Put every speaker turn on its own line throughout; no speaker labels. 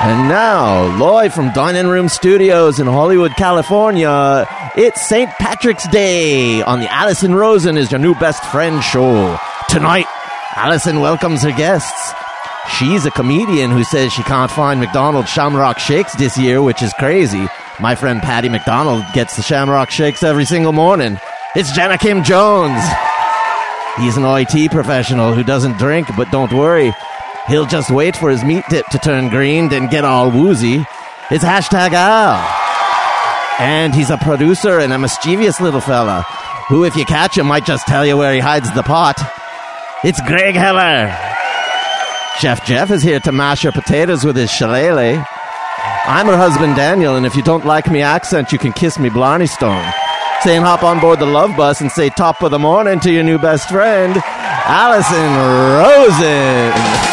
And now, live from Dining Room Studios in Hollywood, California, it's St. Patrick's Day on the Allison Rosen is your new best friend show. Tonight, Allison welcomes her guests. She's a comedian who says she can't find McDonald's Shamrock Shakes this year, which is crazy. My friend Patty McDonald gets the Shamrock Shakes every single morning. It's Jenna Kim Jones. He's an IT professional who doesn't drink, but don't worry. He'll just wait for his meat dip to turn green, then get all woozy. It's hashtag Al. And he's a producer and a mischievous little fella, who, if you catch him, might just tell you where he hides the pot. It's Greg Heller. Chef Jeff is here to mash your potatoes with his shillelagh. I'm her husband Daniel, and if you don't like me accent, you can kiss me Blarney Stone. Saying hop on board the love bus and say top of the morning to your new best friend, Allison Rosen.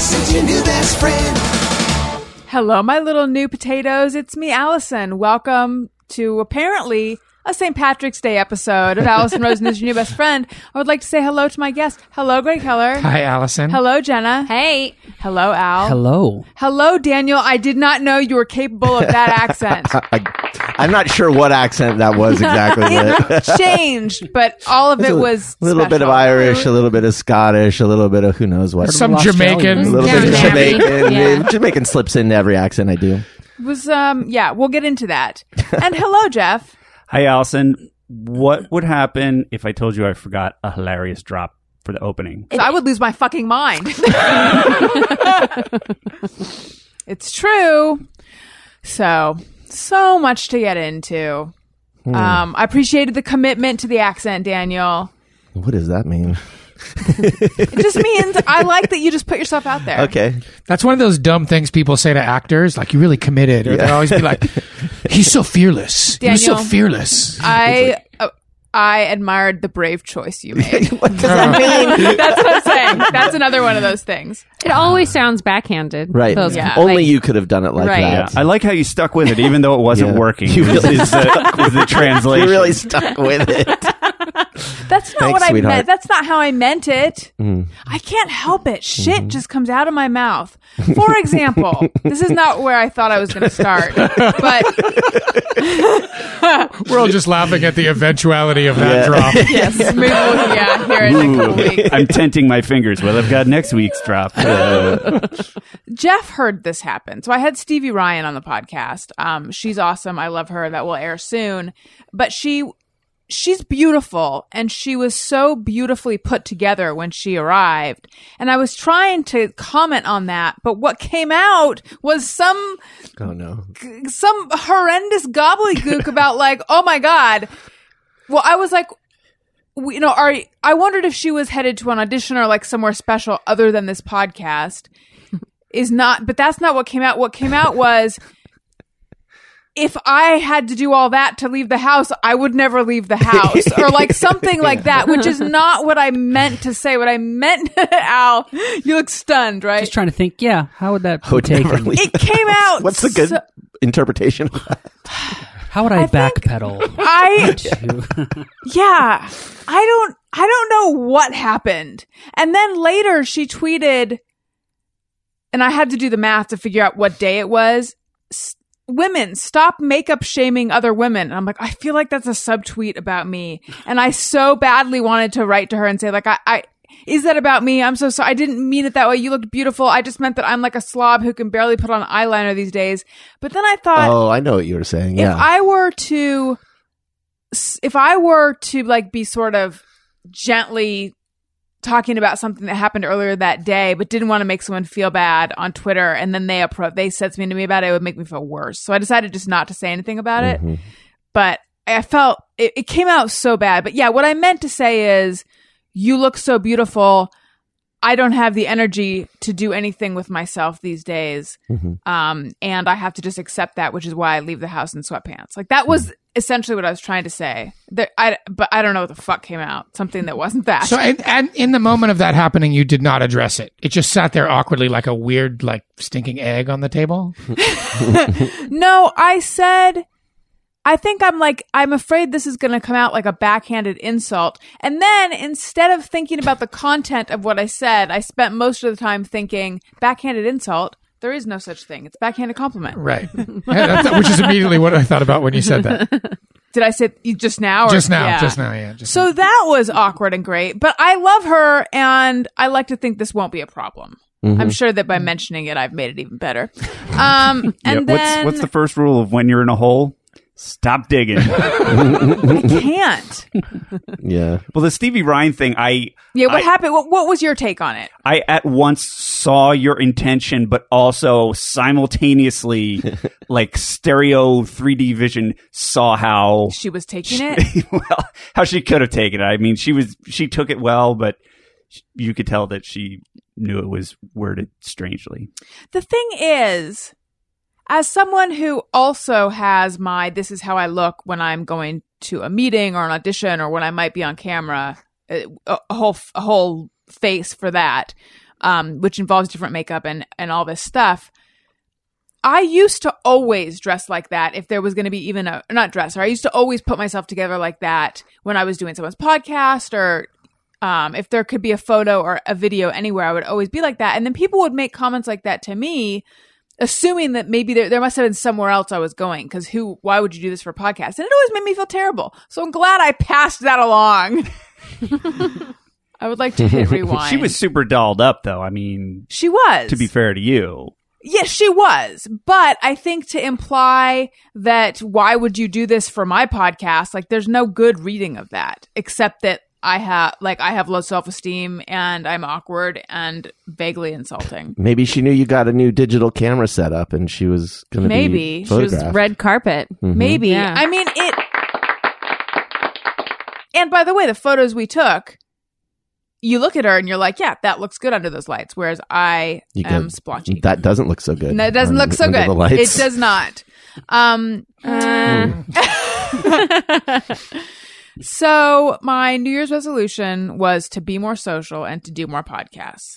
Friend.
Hello, my little new potatoes. It's me, Allison. Welcome to apparently a St. Patrick's Day episode of Allison Rosen is your new best friend. I would like to say hello to my guest. Hello, Greg Heller.
Hi, Allison.
Hello, Jenna. Hey. Hello, Al.
Hello.
Hello, Daniel. I did not know you were capable of that accent.
I, I'm not sure what accent that was exactly. but
It changed, but all of it was
a little bit of
special.
Irish, a little bit of Scottish, a little bit of who knows what.
Some
Little
Jamaican.
Australian.
a little bit of
Yeah, maybe.
Jamaican.
Yeah.
Jamaican slips into every accent I do.
It was um yeah, we'll get into that. And hello, Jeff.
Hi, Allison. What would happen if I told you I forgot a hilarious drop for the opening?
'Cause I would lose my fucking mind. it's true. So, so much to get into. Um, I appreciated the commitment to the accent, Daniel.
What does that mean?
It just means I like that you just put yourself out there.
Okay.
That's one of those dumb things people say to actors. Like, you really committed. Or they'll always be like, he's so fearless. He's so
Daniel.
fearless.
I uh, I admired the brave choice you made.
what does that mean?
That's what I'm saying. That's another one of those things.
It always sounds backhanded.
Right.
Those
Yeah.
Only
like-
you could have done it like
Right.
Yeah,
that.
I like how you stuck with it, even though it wasn't
Yeah.
working.
You
is,
really-
is the, is the translation.
You really stuck with it.
That's not
Thanks,
what I
sweetheart. Mm.
meant. That's not how I meant it. I can't help it. Shit
Mm-hmm.
just comes out of my mouth. For example, this is not where I thought I was going to start, but
We're all just laughing at the eventuality of that
Yeah.
drop.
yes, maybe we'll yeah, here in a couple weeks.
I'm tenting my fingers. Well, I've got next week's drop.
Jeff heard this happen. So I had Stevie Ryan on the podcast. Um, she's awesome. I love her. That will air soon. But she she's beautiful and she was so beautifully put together when she arrived. And I was trying to comment on that, but what came out was some
Oh no.
some horrendous gobbledygook about like, oh my god. Well, I was like, w- you know, are I wondered if she was headed to an audition or like somewhere special other than this podcast. Is not, but that's not what came out. What came out was. If I had to do all that to leave the house, I would never leave the house, or like something like that, which is not what I meant to say. What I meant, Al, you look stunned, right?
Just trying to think, yeah, how would that
I
be
would
taken?
never leave.
it came out.
What's the good
so-
interpretation? of that?
How would I, backpedal?
I
to-
yeah i don't i don't know what happened and then later she tweeted and i had to do the math to figure out what day it was S- women stop makeup shaming other women and i'm like i feel like that's a subtweet about me and i so badly wanted to write to her and say like i, I is that about me? I'm so sorry. I didn't mean it that way. You looked beautiful. I just meant that I'm like a slob who can barely put on eyeliner these days. But then I thought,
oh, I know what you were saying.
if
Yeah.
I were to, if I were to like be sort of gently talking about something that happened earlier that day, but didn't want to make someone feel bad on Twitter, and then they approach, they said something to me about it, it would make me feel worse. So I decided just not to say anything about it.
Mhm.
But I felt it, it came out so bad. But yeah, what I meant to say is, you look so beautiful. I don't have the energy to do anything with myself these days. Um, and I have to just accept that, which is why I leave the house in sweatpants. Like that was essentially what I was trying to say. There, I, but I don't know what the fuck came out. Something that wasn't that.
So, and, and in the moment of that happening, you did not address it. It just sat there awkwardly, like a weird, like stinking egg on the table.
No, I said, I think I'm like, I'm afraid this is going to come out like a backhanded insult. And then instead of thinking about the content of what I said, I spent most of the time thinking, backhanded insult, there is no such thing. It's backhanded compliment.
Right. Yeah, that's- which is immediately what I thought about when you said that.
Did I say you just now? Or,
Just now.
Yeah.
Just now. Yeah. Just
So that was awkward and great, but I love her and I like to think this won't be a problem.
Mm-hmm.
I'm sure that by mentioning it, I've made it even better. Um, and
Yeah,
then
what's what's the first rule of when you're in a hole? Stop digging. well,
can't.
Yeah.
the Stevie Ryan thing, I
Yeah, what
I-
happened? What, what was your take on it?
I at once saw your intention, but also simultaneously, like stereo 3D vision, saw how
She was taking it.
well how she could have taken it. I mean, she was she took it well, but sh- you could tell that she knew it was worded strangely.
The thing is, as someone who also has my this is how I look when I'm going to a meeting or an audition or when I might be on camera, uh, a, a whole a whole face for that, um, which involves different makeup and and all this stuff. I used to always dress like that if there was going to be even a not dress, or I used to always put myself together like that when I was doing someone's podcast or um, if there could be a photo or a video anywhere, I would always be like that. And then people would make comments like that to me, assuming that maybe there, there must have been somewhere else I was going. Cause who, why would you do this for a podcast? And it always made me feel terrible. So I'm glad I passed that along. I would like to hit rewind.
She was super dolled up, though. I mean,
she was.
to be fair to you,
Yes, she was. But I think to imply that why would you do this for my podcast? Like there's no good reading of that except that I have like I have low self-esteem and I'm awkward and vaguely insulting.
Maybe she knew you got a new digital camera set up and she was going to be
Maybe. She was
photographed.
Red carpet.
Mm-hmm.
Maybe.
Yeah.
I mean it And by the way, the photos we took you look at her and you're like, yeah, that looks good under those lights. Whereas I
You
am
go,
splotchy.
That doesn't look so good.
no, it doesn't
on-
look so
under
good.
The lights.
It does not. Um,
Uh,
So, my New Year's resolution was to be more social and to do more podcasts.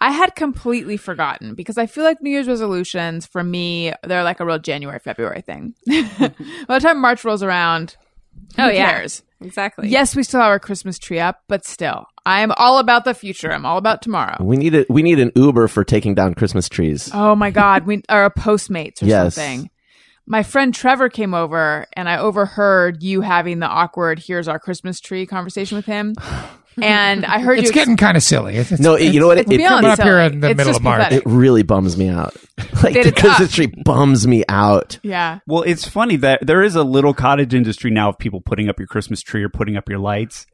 I had completely forgotten because I feel like New Year's resolutions for me, they're like a real January, February thing. By the time March rolls around,
Oh,
who
yeah.
cares?
exactly.
Yes, we still have our Christmas tree up, but still, I am all about the future. I'm all about tomorrow.
We need a, we need an Uber for taking down Christmas trees.
Oh my God, we are a Postmates or
Yes.
something. My friend Trevor came over and I overheard you having the awkward, here's our Christmas tree conversation with him. And I heard
it's
you
getting kind of silly. It's, it's-
no, it, you know what? It,
Let's be
it,
honest,
up here
Ellie,
in the
it's
middle
just
of March.
pathetic.
it really bums me out. Like
That
the
it's
Christmas
up.
tree bums me out.
Yeah.
Well, it's funny that there is a little cottage industry now of people putting up your Christmas tree or putting up your lights.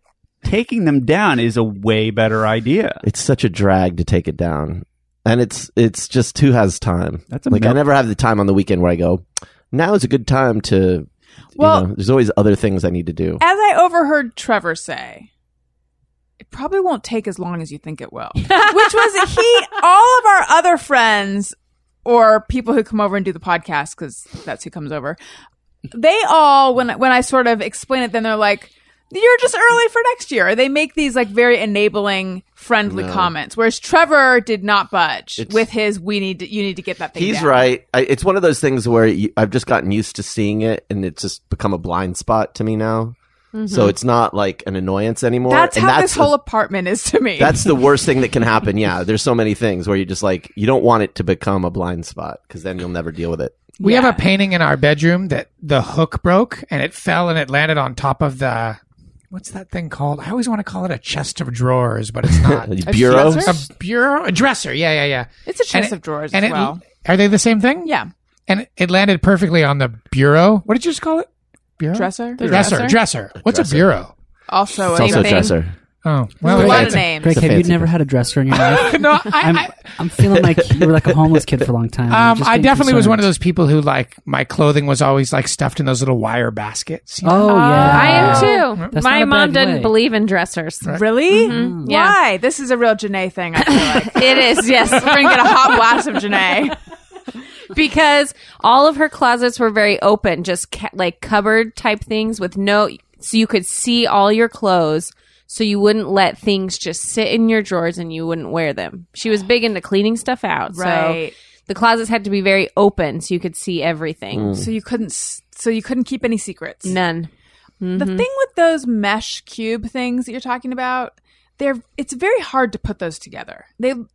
Taking them down is a way better idea.
It's such a drag to take it down, and it's it's just who has time.
That's a
like I
mil-
never have the time on the weekend where I go. Now is a good time to.
Well-
you know, there's always other things I need to do.
As I overheard Trevor say, it probably won't take as long as you think it will. Which was he, all of our other friends or people who come over and do the podcast, because that's who comes over, they all, when, when I sort of explain it, then they're like, you're just early for next year. They make these like very enabling, friendly comments. Whereas Trevor did not budge
It's-
with his, we need to, you need to get that thing
He's
down."
right. I, it's one of those things where you, I've just gotten used to seeing it, and it's just become a blind spot to me now. So it's not like an annoyance anymore.
Mm-hmm. That's
and
how
that's
this
the-
whole apartment is to me.
That's the worst thing that can happen. Yeah, there's so many things where you just like you don't want it to become a blind spot because then you'll never deal with it.
We
Yeah.
have a painting in our bedroom that the hook broke and it fell and it landed on top of the what's that thing called? I always want to call it a chest of drawers, but it's not.
A Uh, bureau.
dresser?
a bureau, a dresser. Yeah, yeah, yeah.
It's a chest
And it-
of drawers
and
as
it-
well.
Are they the same thing?
yeah.
And it landed perfectly on the bureau. What did you just call it? Bureau?
Dresser?
Dresser. Dresser. What's a bureau?
Also,
It's also
a
a dresser.
Oh,
a
well,
lot
it's
of names.
Greg,
a
have you
fancy
never had a dresser in your life?
no, I,
I'm,
I,
I'm feeling like you were like a homeless kid for a long time. I'm
um,
just
I
getting
definitely was one of
concerned.
those people who like my clothing was always like stuffed in those little wire baskets. you know?
Oh, yeah.
I am too.
That's not
My
a
mom
bad
didn't
way.
believe in dressers.
Really?
Mm-hmm. yeah.
Why? This is a real Janae thing. I feel like
It is, yes.
we're gonna get a hot blast of Janae.
because all of her closets were very open, just ca- like cupboard type things with no, so you could see all your clothes. So you wouldn't let things just sit in your drawers and you wouldn't wear them. She was big into cleaning stuff out.
Right.
So the closets had to be very open so you could see everything.
Mm.
So you couldn't. s- So you couldn't keep any secrets.
None.
The
Mm-hmm.
thing with those mesh cube things that you're talking about, they're it's very hard to put those together. They do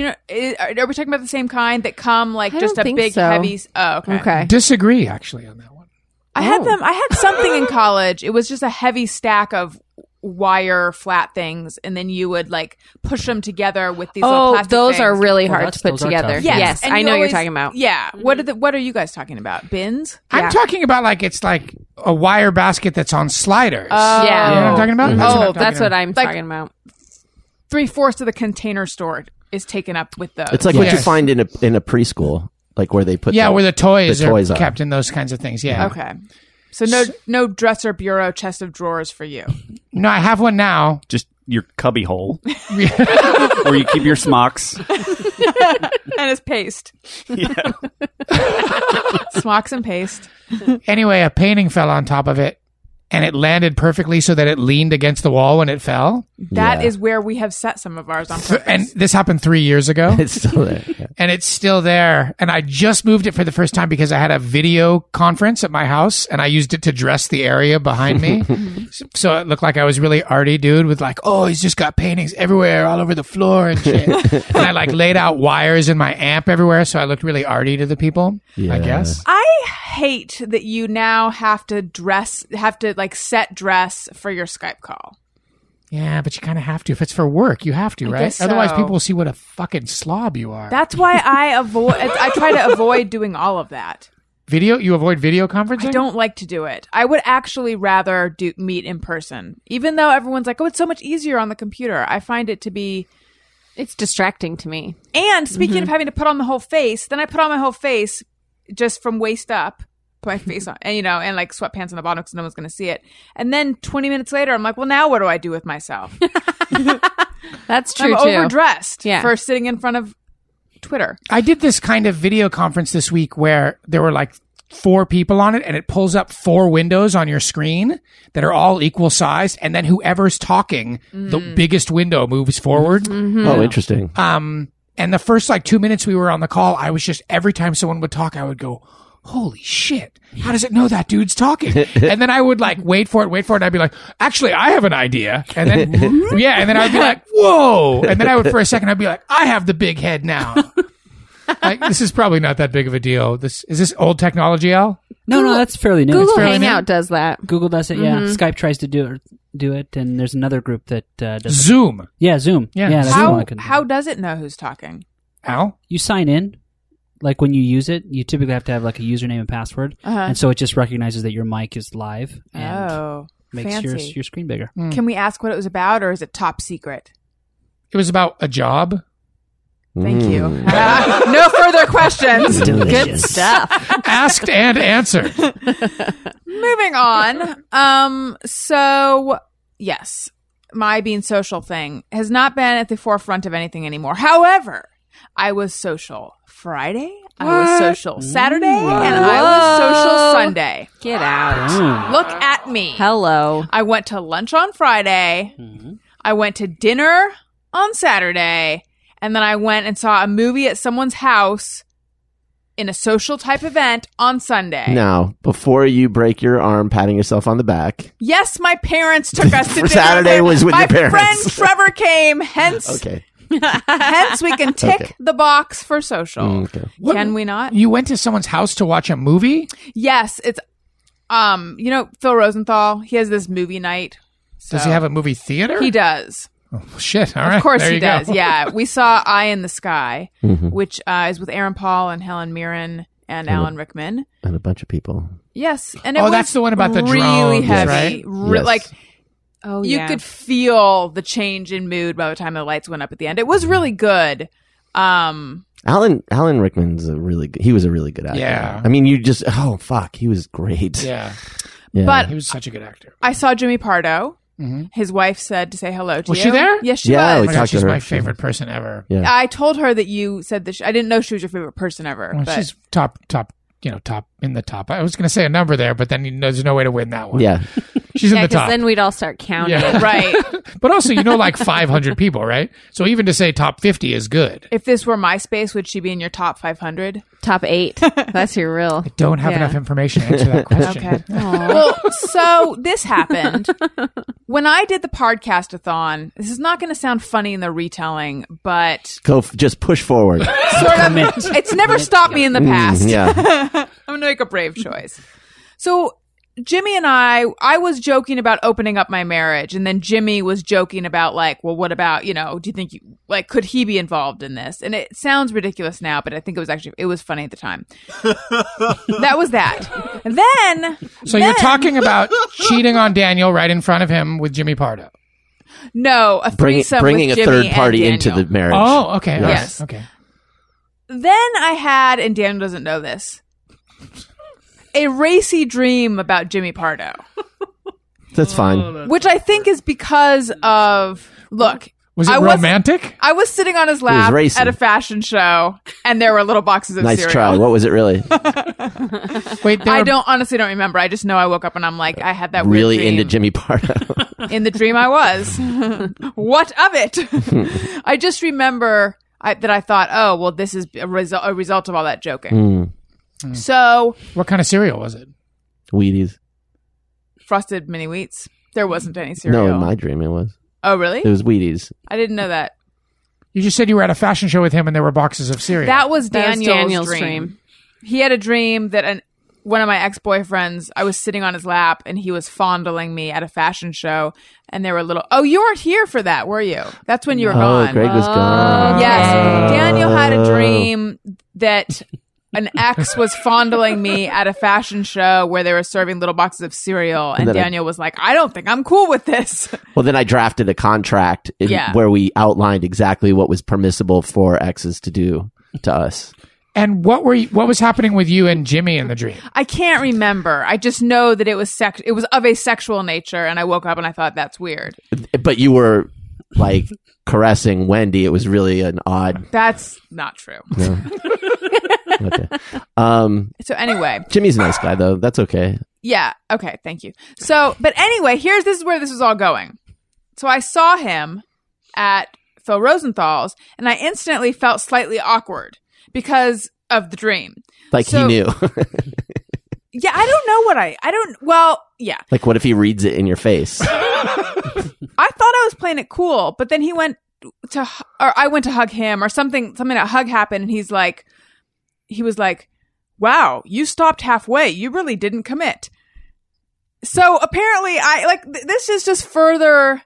you know i- are we talking about the same kind that come like
I
just
don't
a
think
big
so.
heavy s- Oh, okay.
Disagree actually on that one.
I
Oh.
had them I had something in college. It was just a heavy stack of wire flat things and then you would like push them together with these little
Oh,
plastic
those are
things.
really
Oh,
hard
that's-
to put
those are
together.
tough.
Yes,
and
I
you
know
always-
you're talking about.
Yeah. What are the what are you guys talking about? Bins?
Mm-hmm.
Oh.
I'm talking about like it's like a wire basket that's on sliders.
Oh.
Yeah.
you know what I'm talking about?
Oh,
I'm
that's
talking
what I'm
Like-
talking about.
Three fourths of the container store is taken up with those.
It's like what you
Yes.
find in a in a preschool, like where they put
Yeah,
the-
where the toys,
the toys
are,
are.
kept in those kinds of things. Yeah.
Okay. So no no dresser bureau chest of drawers for you.
No, I have one now.
Just your cubby hole where you keep your smocks.
and it's paste. Smocks and paste.
Anyway, a painting fell on top of it and it landed perfectly so that it leaned against the wall when it fell.
That is
Yeah.
where we have set some of ours on
Th-
purpose.
And this happened three years ago
it's still there. Yeah.
and it's still there. And I just moved it for the first time because I had a video conference at my house and I used it to dress the area behind me. so, so it looked like I was really arty dude with like, oh, he's just got paintings everywhere, all over the floor and shit. and I like laid out wires in my amp everywhere. So I looked really arty to the people,
Yeah.
I guess.
I hate that you now have to dress, have to like set dress for your Skype call.
Yeah, but you kind of have to. If it's for work, you have to, right?
guess
Otherwise,
so.
people will see what a fucking slob you are.
That's why I avoid. I try to avoid doing all of that.
video, you avoid video conferencing.
I don't like to do it. I would actually rather do meet in person, even though everyone's like, "Oh, it's so much easier on the computer." I find it to be
It's distracting to me.
And speaking of having to put on the whole face, then I put on my whole face just from waist up, put my face on, and you know, and like sweatpants on the bottom because no one's going to see it. And then 20 minutes later, I'm like, well, now what do I do with myself?
That's
I'm
true too.
overdressed
Yeah.
for sitting in front of Twitter.
I did this kind of video conference this week where there were like four people on it, and it pulls up four windows on your screen that are all equal sized, and then whoever's talking, the biggest window moves forward.
Mm-hmm.
Oh, interesting.
Um, and the first like two minutes we were on the call, I was just every time someone would talk, I would go, "Holy shit! How does it know that dude's talking?" and then I would like wait for it, wait for it. And I'd be like, "Actually, I have an idea." And then yeah, and then I'd be like, "Whoa!" And then I would for a second, I'd be like, "I have the big head now." like this is probably not that big of a deal. This is this old technology, Al.
No, no, that's fairly new. It's
Google
fairly new.
Hangout does that.
Google does it. Yeah, Skype tries to do it, do it, and there's another group that uh, does. it.
Zoom,
Yeah, Zoom.
Yeah.
Yeah, that's the one
How,
I couldn't-
how does it know who's talking?
Al.
you sign in, like when you use it, you typically have to have like a username and password, and so it just recognizes that your mic is live and
oh,
makes
fancy. Mm.
your your screen bigger.
Can we ask what it was about, or is it top secret?
It was about a job.
Thank you.
Mm.
Uh, no further questions.
Mm. Delicious.
Asked and answered.
Moving on. Um, so yes, my being social thing has not been at the forefront of anything anymore. However, I was social Friday, I was social Saturday, and I was social
Whoa.
Sunday.
Get out.
Mm.
Look at me.
Hello.
I went to lunch on Friday.
Mm-hmm.
I went to dinner on Saturday, and then I went and saw a movie at someone's house in a social type event on Sunday.
Now, before you break your arm patting yourself on the back,
Yes, my parents took us to dinner.
Saturday was with
my
your parents.
friend Trevor came. Hence,
okay.
hence we can tick
Okay.
the box for
Oh.
social.
Mm, okay.
What-
Can we not?
You went to someone's house to watch a movie.
Yes, it's um. You know Phil Rosenthal. He has this movie night. So
Does he have a movie theater?
He does.
Shit. All right.
Of course
there
he
you go.
does. Yeah, we saw Eye in the Sky,
Mm-hmm.
which uh, is with Aaron Paul and Helen Mirren and Alan Rickman.
And a bunch of people.
Yes, and it
Oh,
was
that's the one about the
really
drones,
heavy,
right?
Re-
Yes.
Like
Oh,
you could feel the change in mood by the time the lights went up at the end. It was really good. Um,
Alan Alan Rickman's a really good, he was a really good actor.
Yeah.
I mean, you just oh fuck, he was great.
Yeah,
Yeah.
but
he was such a good actor.
I saw Jimmy Pardo.
Mhm.
His wife said to say hello to
Was
you.
she there?
Yes, she
Yeah,
Oh
we
was.
my
talked
God,
to
she's
her.
my favorite person ever.
Yeah.
I told her that you said that. She, I didn't know she was your favorite person ever.
Well,
but
she's top, top, you know, top in the top. I was going to say a number there, but then you know, there's no way to win that one.
yeah.
she's in the top.
then we'd all start counting.
Yeah.
right.
but also, you know, like 500 people, right? So even to say top 50 is good.
If this were MySpace, would she be in your top 500?
Top eight. That's your real.
Don't have
Yeah.
enough information to answer that question.
Okay. well, so this happened when I did the podcastathon. This is not going to sound funny in the retelling, but
Go f- just push forward.
sort of. It's never stopped me in the past.
Mm, yeah.
I'm gonna make a brave choice. So Jimmy and I, I was joking about opening up my marriage, and then Jimmy was joking about like, well, what about you know? Do you think you like could he be involved in this? And it sounds ridiculous now, but I think it was actually it was funny at the time. that was that. And then
So you're talking about cheating on Daniel right in front of him with Jimmy Pardo.
no, a
Bring,
threesome
bringing a
with Jimmy
third
and
party into the
Daniel.
marriage.
Oh, okay. all right,
Yes.
Okay.
Then I had, and Daniel doesn't know this, a racy dream about Jimmy Pardo,
That's fine.
which I think is because of look.
Was it
I was-
romantic?
I was sitting on his
was
lap
racing.
at a fashion show, and there were little boxes of
Nice
cereal.
try. What was it really?
Wait, there
I
were-
don't honestly don't remember. I just know I woke up and I'm like, I had that weird
really
dream.
into Jimmy Pardo.
In the dream, I was. what of it? I just remember I, that I thought, oh well, this is a, resu- a result of all that joking.
mm,
So
What kind of cereal was it?
Wheaties.
frosted mini wheats. There wasn't any cereal.
No, in my dream it was.
oh really?
It was Wheaties.
I didn't know that.
You just said you were at a fashion show with him and there were boxes of cereal.
That was
That was
Daniel's,
Daniel's
dream.
dream.
He had a dream that an, one of my ex boyfriends, I was sitting on his lap and he was fondling me at a fashion show. And there were little, oh, you weren't here for that, were you? That's when you were
oh,
gone.
Greg was gone.
Yes.
Oh.
Daniel had a dream that an ex was fondling me at a fashion show where they were serving little boxes of cereal. And
then I-
Daniel was like, I don't think I'm cool with this.
Well, then I drafted a contract in,
Yeah.
where we outlined exactly what was permissible for exes to do to us.
and what were you, what was happening with you and Jimmy in the dream?
I can't remember. I just know that it was sex. It was of a sexual nature, and I woke up and I thought that's weird.
But you were like caressing Wendy. It was really an odd.
That's not true.
Okay. Um,
So anyway,
Jimmy's a nice guy though. That's okay.
yeah, okay, thank you. So, but anyway, here's this is where this is all going. So I saw him at Phil Rosenthal's, and I instantly felt slightly awkward because of the dream.
Like
So-
he knew.
Yeah, I don't know what I. I don't. Well, yeah,
like what if he reads it in your face?
I thought I was playing it cool, but then he went to, hu- or I went to hug him or something, something a hug happened. And he's like, he was like, wow, you stopped halfway. You really didn't commit. So apparently I like, th- this is just further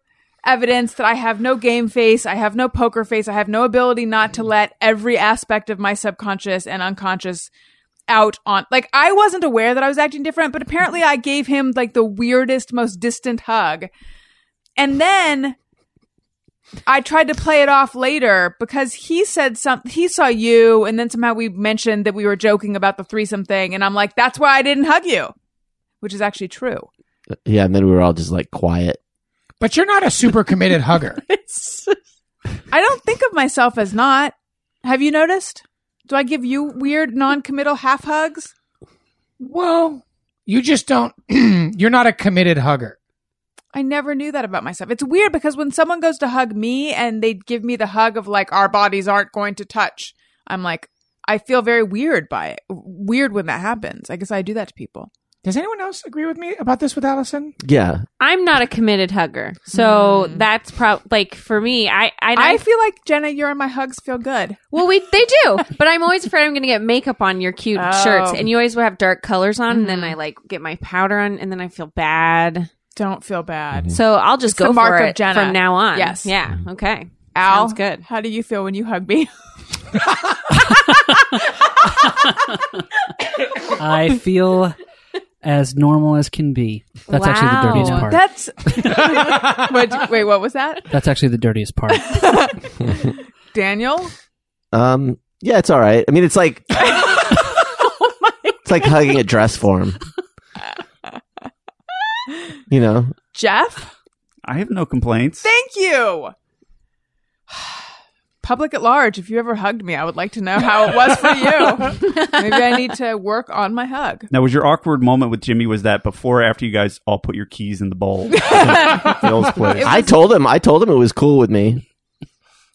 evidence that I have no game face. I have no poker face. I have no ability not to let every aspect of my subconscious and unconscious out on like I wasn't aware that I was acting different, but apparently I gave him like the weirdest, most distant hug. And then I tried to play it off later because he said something. He saw you, and then somehow we mentioned that we were joking about the threesome thing. And I'm like, that's why I didn't hug you, which is actually true.
yeah, and then we were all just like quiet.
But you're not a super committed hugger.
I don't think of myself as not. Have you noticed? Do I give you weird, non committal half hugs?
Well, you just don't you're not a committed hugger.
I never knew that about myself. It's weird because when someone goes to hug me and they give me the hug of like, our bodies aren't going to touch, I'm like, I feel very weird by it. Weird when that happens. I guess I do that to people.
Does anyone else agree with me about this with Allison?
Yeah.
I'm not a committed hugger, so that's probably like for me. I Hmm. I,
I, feel like Jenna, you're in my hugs feel good.
well, we they do, but I'm always afraid I'm going to get makeup on your cute
Oh. Mm-hmm.
shirts, and you always will have dark colors on, and then I like get my powder on, and then I feel bad.
Don't feel bad.
So I'll just
It's
go
the mark
for
of
it
Jenna.
from now on.
Yes.
Yeah. Okay.
Al,
Sounds good.
How do you feel when you hug me?
I feel as normal as can be. That's actually the
Wow.
dirtiest part.
That's. What- wait, what was that?
That's actually the dirtiest part.
Daniel?
Um, yeah, it's all right. I mean, it's like
Oh
it's like hugging a dress form. you know,
Jeff?
I have no complaints.
Thank you. Public at large, if you ever hugged me, I would like to know how it was for you. Maybe I need to work on my hug.
Now, was your awkward moment with Jimmy was that before or after you guys all put your keys in the bowl? Phil's place.
I told him. I told him it was cool with me.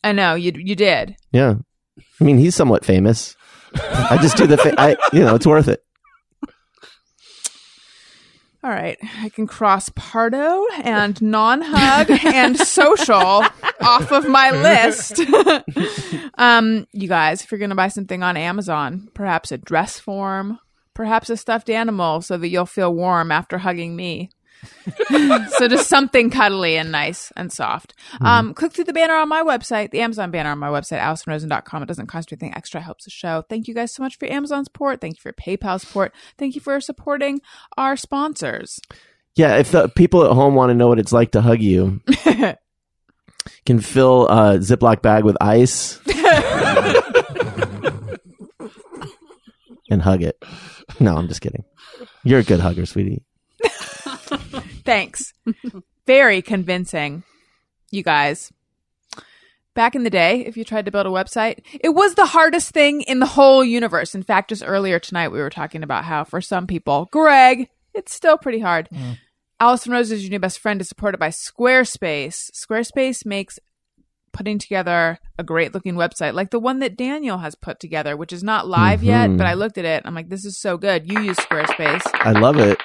I know, you you did.
Yeah, I mean, he's somewhat famous. I just do the. Fa- I you know, it's worth it.
All right. I can cross Pardo and non hug and social off of my list. um, you guys, if you're going to buy something on Amazon, perhaps a dress form, perhaps a stuffed animal so that you'll feel warm after hugging me. so just something cuddly and nice and soft. Um, click through the banner on my website, the Amazon banner on my website, AllisonRosen.com. It doesn't cost you anything extra, It helps the show. Thank you guys so much for your Amazon support. Thank you for your PayPal support. Thank you for supporting our sponsors.
Yeah, if the people at home want to know what it's like to hug you, can fill a Ziploc bag with ice and hug it. No, I'm just kidding. You're a good hugger, sweetie.
Thanks. Very convincing, you guys. Back in the day, if you tried to build a website, it was the hardest thing in the whole universe. In fact, just earlier tonight, we were talking about how for some people, Greg, it's still pretty hard.
Mm.
Allison Rose is your new best friend is supported by Squarespace. Squarespace makes putting together a great looking website like the one that Daniel has put together, which is not live yet,
Mhm.
but I looked at it. I'm like, this is so good. You use Squarespace.
I love it.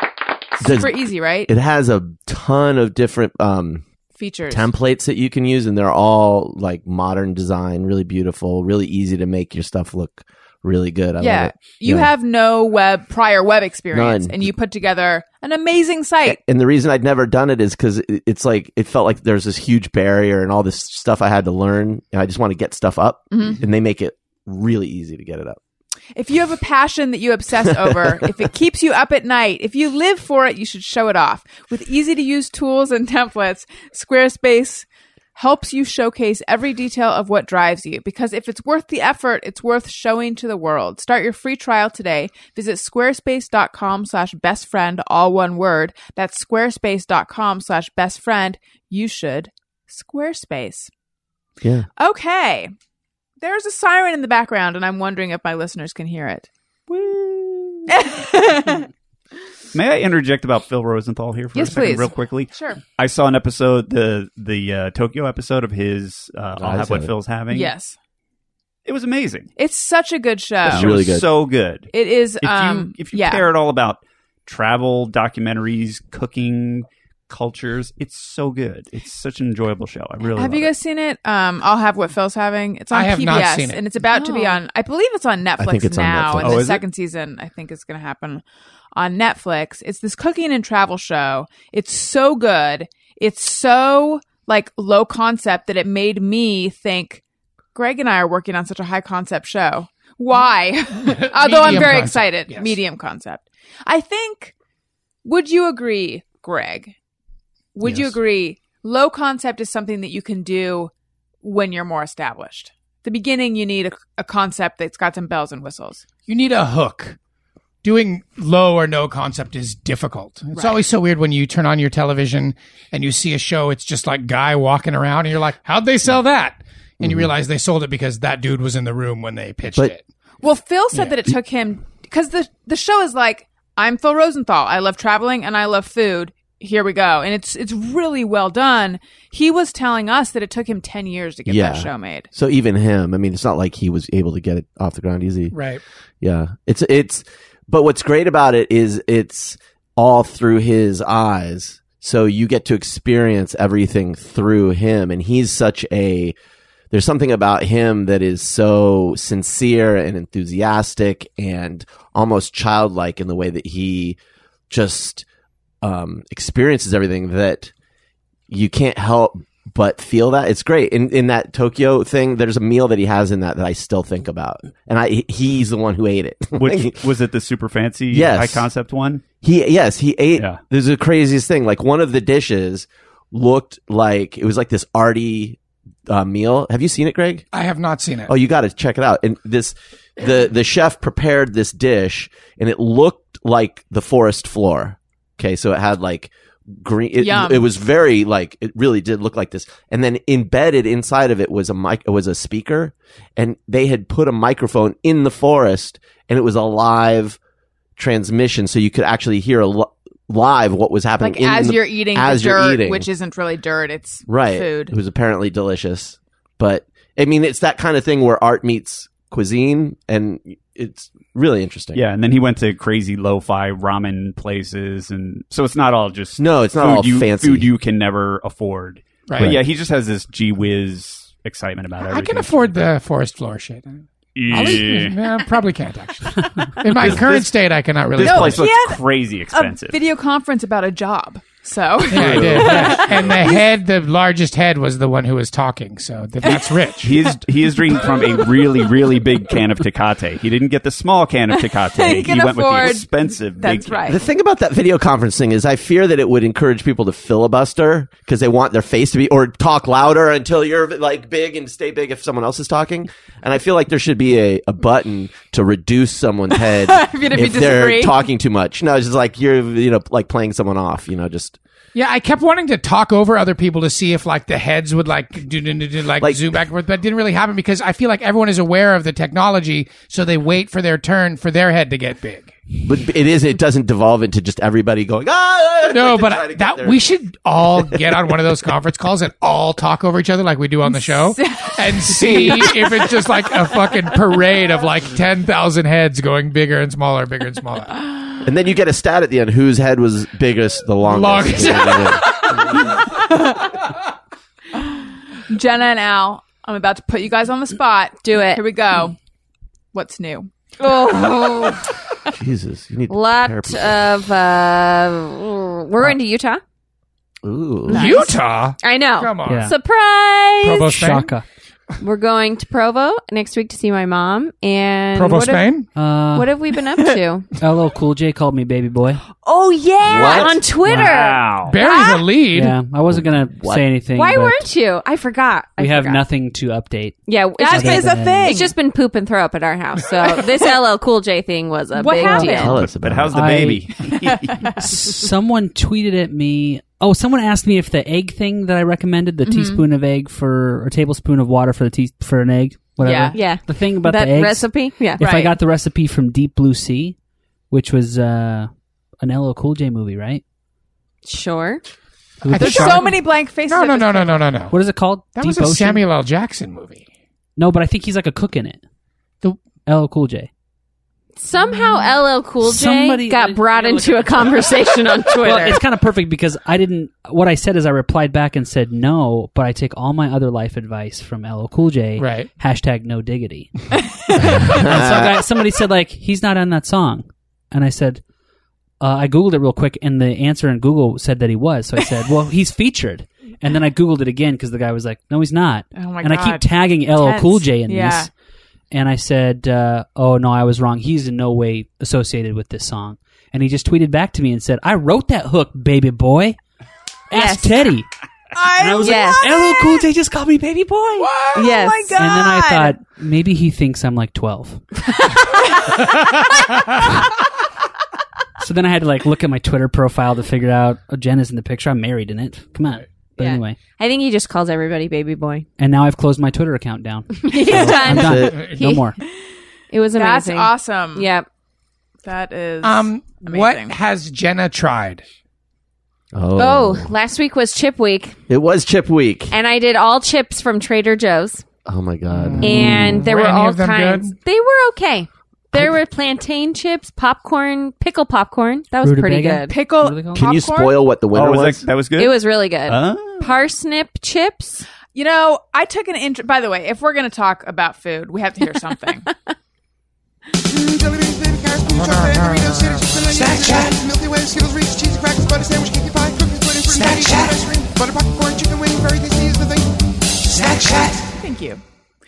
Does-
Super easy, right?
It has a ton of different um,
Features.
templates that you can use, and they're all like modern design, really beautiful, really easy to make your stuff look really good. I
yeah.
love it.
You
Yeah.
have no web prior web experience
None.
and you put together an amazing site.
and the reason I'd never done it is because it's like it felt like there's this huge barrier and all this stuff I had to learn, and I just want to get stuff up,
Mhm.
and they make it really easy to get it up.
If you have a passion that you obsess over, if it keeps you up at night, if you live for it, you should show it off. With easy to use tools and templates, Squarespace helps you showcase every detail of what drives you because if it's worth the effort, it's worth showing to the world. Start your free trial today. Visit squarespace.com slash best friend, all one word. That's squarespace.com slash best friend. You should Squarespace.
Yeah.
Okay. There's a siren in the background, and I'm wondering if my listeners can hear it.
May I interject about Phil Rosenthal here for
Yes,
a second,
please.
real quickly?
Sure.
I saw an episode, the the uh, Tokyo episode of his uh, I'll
I
Have
saw
What
it.
Phil's Having.
Yes.
It was amazing.
It's such a good show.
It's
It
really
was
good.
so good.
It is.
If
um,
you if you
yeah.
care at all about travel, documentaries, cooking, cultures, it's so good. It's such an enjoyable show. I really
have
love
you
it.
guys seen it? Um, I'll have what Phil's having. It's on
I have
PBS,
not seen it.
and it's about to be
No.
on. I believe it's on Netflix
think it's on
now,
Netflix.
and
Oh,
the
is it?
second season I think is going to happen on Netflix. It's this cooking and travel show. It's so good. It's so like low concept that it made me think. Greg and I are working on such a high concept show. Why? Although I'm
Medium
very
concept,
excited.
yes.
Medium concept. I think. Would you agree, Greg? Would you
Yes.
agree? Low concept is something that you can do when you're more established. The beginning, you need a, a concept that's got some bells and whistles.
You need a hook. Doing low or no concept is difficult. It's always so weird when you turn on your television and you see a show, it's just like guy walking around and you're like, how'd they sell that? And
Mm-hmm.
you realize they sold it because that dude was in the room when they pitched
But-
it.
Well, Phil said that it took him because the the show is like I'm Phil Rosenthal. I love traveling and I love food. Here we go, and it's it's really well done. He was telling us that it took him ten years to get
Yeah.
that show made.
So even him, I mean, it's not like he was able to get it off the ground easy.
Right.
Yeah. It's it's but what's great about it is it's all through his eyes. So you get to experience everything through him and he's such a there's something about him that is so sincere and enthusiastic and almost childlike in the way that he just um, experiences everything that you can't help but feel that it's great. In in that Tokyo thing, there's a meal that he has in that that I still think about, and I he's the one who ate it.
Which was it? The super fancy,
Yes.
high concept one.
He yes, he ate.
Yeah.
This is the craziest thing. Like one of the dishes looked like it was like this arty uh, meal. Have you seen it, Greg?
I have not seen it.
Oh, you got to check it out. And this, the the chef prepared this dish, and it looked like the forest floor. Okay, so it had like green. It,
Yum.
it was very like it really did look like this. And then embedded inside of it was a mic, it was a speaker, and they had put a microphone in the forest, and it was a live transmission, so you could actually hear a li- live what was happening
Like
in
as
the-
you're eating
as
the
you're
dirt,
eating.
which isn't really dirt, it's
right
food.
it was apparently delicious but i mean it's that kind of thing where art meets cuisine and it's really interesting
Yeah, and then he went to crazy lo-fi ramen places, and so it's not all just
no it's not
food
all
you,
fancy
food you can never afford.
right.
But yeah, he just has this gee whiz excitement about everything.
I can afford the forest floor shit. I'll eat-
Yeah.
yeah, probably can't actually. In my current state, I cannot really.
This
afford
place
it.
looks
he had
crazy expensive.
A video conference about a job. So
Yeah, I did. yeah. And the head, the largest head, was the one who was talking. So th- that's rich.
He is he is drinking from a really really big can of Tecate. He didn't get the small can of Tecate.
He can
went with
afford-
the expensive.
that's
big
right.
the thing about that video conferencing is i fear that it would encourage people to filibuster because they want their face to be or talk louder until you're like big and stay big if someone else is talking and i feel like there should be a, a button to reduce someone's head
If you- if you
they're
disagree.
talking too much no it's just like you're you know like playing someone off you know just
Yeah, I kept wanting to talk over other people to see if like the heads would like do, do, do, do, like,
Like-
zoom back and forth, but it didn't really happen because I feel like everyone is aware of the technology, so they wait for their turn for their head to get big.
But it is. It doesn't devolve into just everybody going. Ah, ah,"
No,
like, to
but
try
I,
to get
that
there.
we should all get on one of those conference calls and all talk over each other like we do on the show, and see if it's just like a fucking parade of like ten thousand heads going bigger and smaller, bigger and smaller.
And then you get a stat at the end. Whose head was biggest, the longest?
Longest.
Jenna and Al, I'm about to put you guys on the spot.
Do it.
Here we go. What's new?
Oh,
Jesus, you need to
lot
prepare people.
of uh, we're going to Utah.
Ooh.
Utah,
I know.
come on,
Yeah.
Surprise!
Provo, Spain,
Shaka.
We're going to Provo next week to see my mom and
Provo,
what have-
Spain.
Uh,
what have we been up to?
LL Cool J called me baby boy.
oh yeah,
What?
on Twitter.
Wow.
Barry's a lead.
Yeah, I wasn't gonna
What?
say anything.
Why
but
weren't you? I forgot. I
we have
forgot.
nothing to update?
Yeah, it's
That
just,
is
is
a
a thing.
than- thing.
it's just been poop and throw up at our house. So this LL Cool J thing was a
What
big
happened?
deal.
Tell us about.
But how's the
I-
baby? Oh,
someone tweeted at me. Oh, someone asked me if the egg thing that I recommended, the
Mm-hmm.
teaspoon of egg for or tablespoon of water for the tea, for an egg, whatever.
Yeah.
Yeah.
The thing about
that
the eggs,
recipe? Yeah.
If I
Right.
got the recipe from Deep Blue Sea, which was uh, an LL Cool J movie, right?
Sure.
With the
think
There's
shark-
Sean-
so many blank faces.
No,
at
no,
this
no, no, no, no, no.
What is it called?
That
Deep
was a
Ocean?
Samuel L. Jackson movie.
No, but I think he's like a cook in it.
The-
LL Cool J.
Mm.
Somehow LL Cool J
Somebody-
got brought
Yeah, look
into a conversation on Twitter.
Well, it's kind of perfect because I didn't. What I said is I replied back and said no, but I take all my other life advice from LL Cool J.
Right.
Hashtag no diggity. And so I- somebody said like he's not on that song, and I said uh, I googled it real quick, and the answer in Google said that he was. So I said, well, he's featured. And then I googled it again because the guy was like, no, he's not.
Oh my
and I keep
God.
tagging LL
Tense.
Cool J in
Yeah.
this. And I said, uh, oh no, I was wrong. He's in no way associated with this song. And he just tweeted back to me and said, I wrote that hook, baby boy. Ask
Yes.
Teddy. And I
I
was
Yes.
like, LL Cool J just called me baby boy.
yes.
oh my God.
And then I thought, maybe he thinks I'm like 12. so then I had to like look at my Twitter profile to figure out, oh, Jen is in the picture. I'm married in it. Come on. But
Yeah.
anyway.
I think he just calls everybody baby boy.
And now I've closed my Twitter account down.
He's
I'm
done.
done. No more.
It was
That's
amazing.
awesome.
Yeah.
That is.
Um, what
Amazing.
has Jenna tried?
Oh.
Oh, last week was chip week,
it was Chip Week.
and I did all chips from Trader Joe's,
Oh my God.
and there
Were
were,
any
all
of them
kinds.
good?
They were okay. There were plantain chips, popcorn, pickle popcorn. That was pretty
Rutabaga?
good.
pickle.
What are they called?
Can you
popcorn?
spoil what the winner
Oh, was
was?
that, that was good.
It was really good.
Oh.
Parsnip chips.
You know, I took an interest. By the way, if we're going to talk about food, we have to hear something.
Snack Chat. Milky Way, Skittles, Reese's, Cheesy Crackers, Butter Sandwich, Cookie Pie, Cookies, Pudding, Fruit, Patty, Ice Cream. Butter popcorn, chicken wing, very tasty is the thing. Snack shack.
Thank you.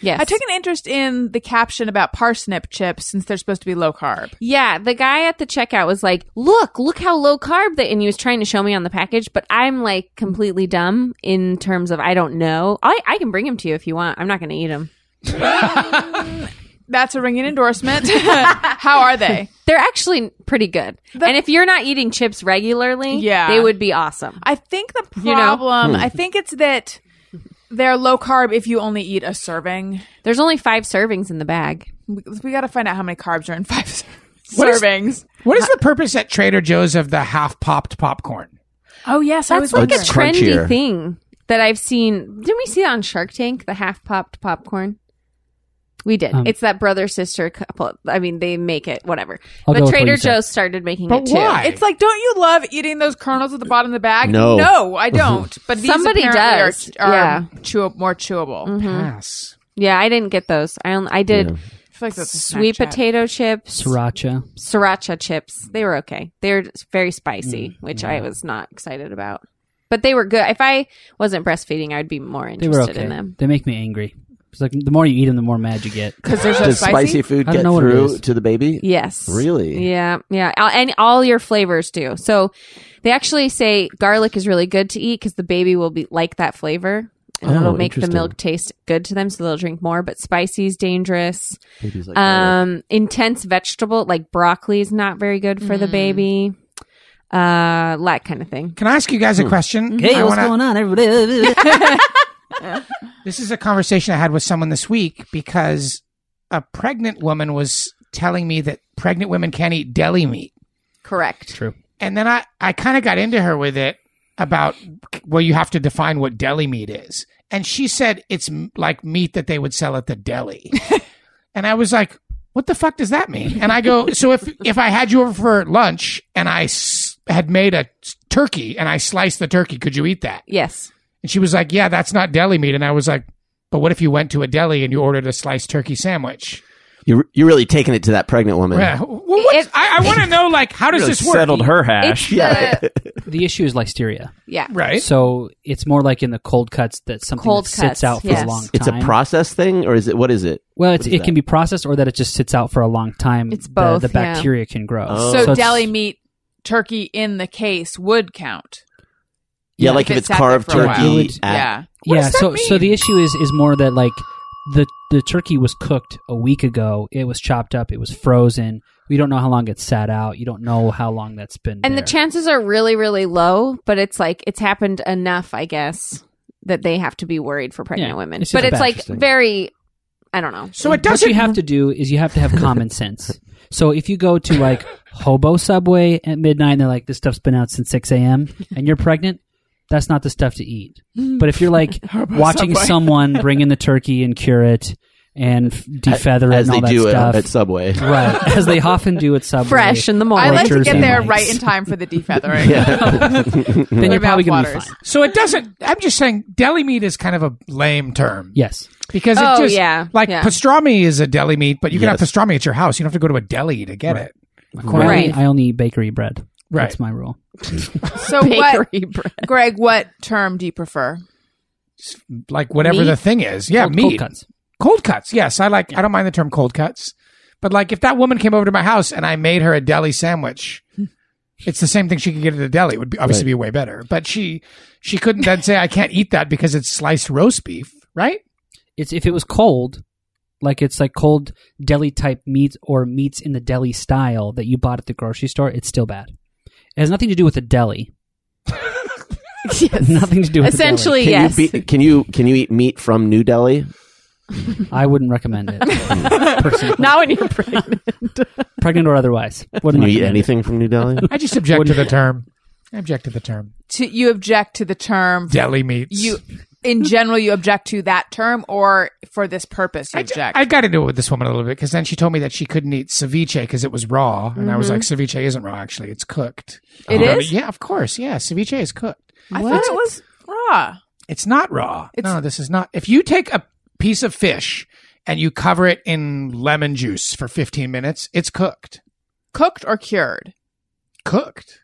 Yes.
I took an interest in the caption about parsnip chips since they're supposed to be low carb.
Yeah, the guy at the checkout was like, "Look, look how low carb that," and he was trying to show me on the package. But I'm like completely dumb in terms of I don't know. I I can bring him to you if you want. I'm not going to eat them.
That's a ringing endorsement. How are they?
They're actually pretty good. and if you're not eating chips regularly,
Yeah.
they would be awesome.
I think the
know?
Hmm.
problem, I think it's that they're low carb if you only eat a serving.
There's only five servings in the bag.
We, we got to find out how many carbs are in five ser-
What is-
servings.
What is the purpose at Trader Joe's of the half popped popcorn?
oh, yes. I was
That's like a
it's
trendy
crunchier.
thing that I've seen. Didn't we see that on Shark Tank? The half popped popcorn. We did.
Um,
it's that brother sister couple. I mean, they make it whatever. but
I'll go with what
Trader
you said.
Joe's started making
But
it too.
why?
It's like, don't you love eating those kernels at the bottom of the bag?
No.
no, I don't. But these
Somebody
apparently
does.
Are, are
Yeah.
chew- more chewable.
Mm-hmm. Yes.
Yeah, I didn't get those. I only, I did
I feel like that's a snack
sweet
chat.
potato chips,
Sriracha.
sriracha chips. They were okay. They're very spicy,
Mm,
which I was not excited about. But they were good. If I wasn't breastfeeding, I'd be more
They were
interested
okay.
in them.
They make me angry. It's like the more you eat them, the more mad you get.
Because they're so
Does
spicy.
spicy food
I don't
get
know what it
through
is.
to the baby?
Yes.
Really?
Yeah. Yeah. All, and all your flavors do. So they actually say garlic is really good to eat because the baby will be like that flavor. And
Oh,
it'll make the
interesting.
milk taste good to them, so they'll drink more. But spicy is dangerous.
Babies like garlic.
um intense vegetable like broccoli is not very good for the baby uh that kind of thing
Can I ask you guys a question? I wanna-
on, everybody?
This is a conversation I had with someone this week because a pregnant woman was telling me that pregnant women can't eat deli meat.
correct
True.
And then I, I kind of got into her with it about, well, you have to define what deli meat is. And she said it's m- like meat that they would sell at the deli. and I was like, what the fuck does that mean? And I go, so if, if I had you over for lunch and I s- had made a s- turkey and I sliced the turkey, could you eat that?
yes
And she was like, Yeah, that's not deli meat. And I was like, But what if you went to a deli and you ordered a sliced turkey sandwich?
you're, you're really taking it to that pregnant woman.
Yeah. Well, what's-
It-
I, I want to know, like, how does
Really
this work?
settled her hash.
Yeah.
The issue is listeria.
yeah
Right.
So it's more like in the cold cuts that something
Cold
that sits
cuts,
out for
yes.
a long time.
It's a process thing, or is it? What is it?
Well, it's,
What is
it can be processed or that it just sits out for a long time.
It's
The-
both,
The,
yeah.
bacteria can grow.
Oh.
So,
it's-
deli meat, turkey in the case would count.
Yeah,
Yeah,
like
if
if
it
it's
sat there
carved
for a while.
turkey.
It would-
at-
yeah.
yeah. so so the issue is is more that like the the turkey was cooked a week ago. It was chopped up. It was frozen. We don't know how long it sat out. You don't know how long that's been.
and
there.
the chances are really really low but it's like it's happened enough i guess that they have to be worried for pregnant
Yeah,
women
it's just
but it's
bad.
like
Interesting.
very i don't know
So it
what
doesn't.
you have to do is you have to have common sense. So if you go to like Hobo Subway at midnight and they're like, this stuff's been out since 6 a.m. and you're pregnant, that's not the stuff to eat. But if you're like watching someone bring in the turkey and cure it and f- defeather
as they
it and all that
do at,
stuff.
at Subway.
right. As they often do at Subway.
fresh in the
I
morning
like to
Oranges
get
and
there
lights.
right in time for the defeathering.
Then you're
Your
probably
mouth
going to be
waters.
fine.
so it doesn't. I'm just saying, deli meat is kind of a lame term.
Yes.
Because it
Oh,
just
yeah,
like
yeah.
pastrami is a deli meat, but you can have
Yes.
pastrami at your house. You don't have to go to a deli to get it.
When I
Right.
only- I only eat bakery bread.
Right.
That's my rule.
So what,
bakery bread
Greg? What term do you prefer?
Like whatever
Meat?
the thing is. Yeah,
Cold-
meat.
cold cuts.
Cold cuts. Yes, I like. I don't mind the term cold cuts, but like if that woman came over to my house and I made her a deli sandwich, it's the same thing she could get at a deli. It would be, obviously
Right.
be way better, but she she couldn't then say I can't eat that because it's sliced roast beef, right?
it's if it was cold like it's like cold deli type meats or meats in the deli style that you bought at the grocery store it's still bad it has nothing to do with the deli
yes
nothing to do with
essentially
Can
yes
you be, can you can you eat meat from New Delhi?
the deli. i wouldn't recommend it personally
not when you're pregnant
pregnant or otherwise wouldn't
Can you eat
recommend it.
anything from New Delhi?
I just object to the term. I object to the term
To, you object to the term
deli meats.
you, in general, you object to that term, or for this purpose, you
I,
object.
I got into it with this woman a little bit because then she told me that she couldn't eat ceviche because it was raw, and I was like, ceviche isn't raw actually; it's cooked.
Mm-hmm. It
You know,
is?
Yeah, of course. Yeah, ceviche is cooked.
I thought it was raw.
It's not raw. no, this is not. If you take a piece of fish and you cover it in lemon juice for 15 minutes, it's cooked.
Cooked or cured?
Cooked.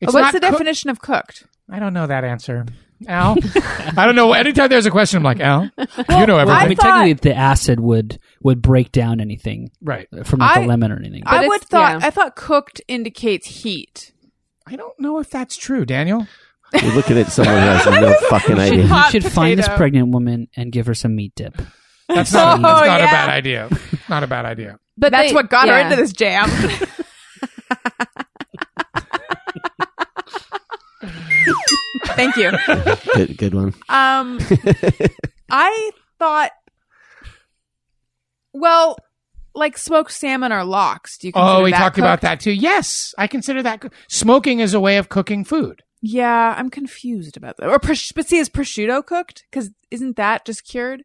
It's
What's the
cook-
definition of cooked?
I don't know that answer. Al, I don't know. Anytime there's a question, I'm like, Al, you know
I
everything,
mean, technically, the acid would would break down anything
right?
from like
I-
a lemon or anything.
I
it's-
would thought
yeah.
I thought cooked indicates heat.
I don't know if that's true, Daniel.
You're looking at someone who has no fucking
You should,
idea.
Hot
you should find this
potato.
pregnant woman and give her some meat dip.
That's not,
Oh,
that's not a
yeah.
bad idea. Not a bad idea.
But
That's
they-
what got
yeah.
her into this jam. Thank you.
Good, good one.
Um, I thought, well, like smoked salmon or lox. Do you? Consider
Oh, we
that
talked about
cooked?
that too. Yes, I consider that coo- smoking is a way of cooking food.
Yeah, I'm confused about that. Or pros- but see, is prosciutto cooked? Because isn't that just cured?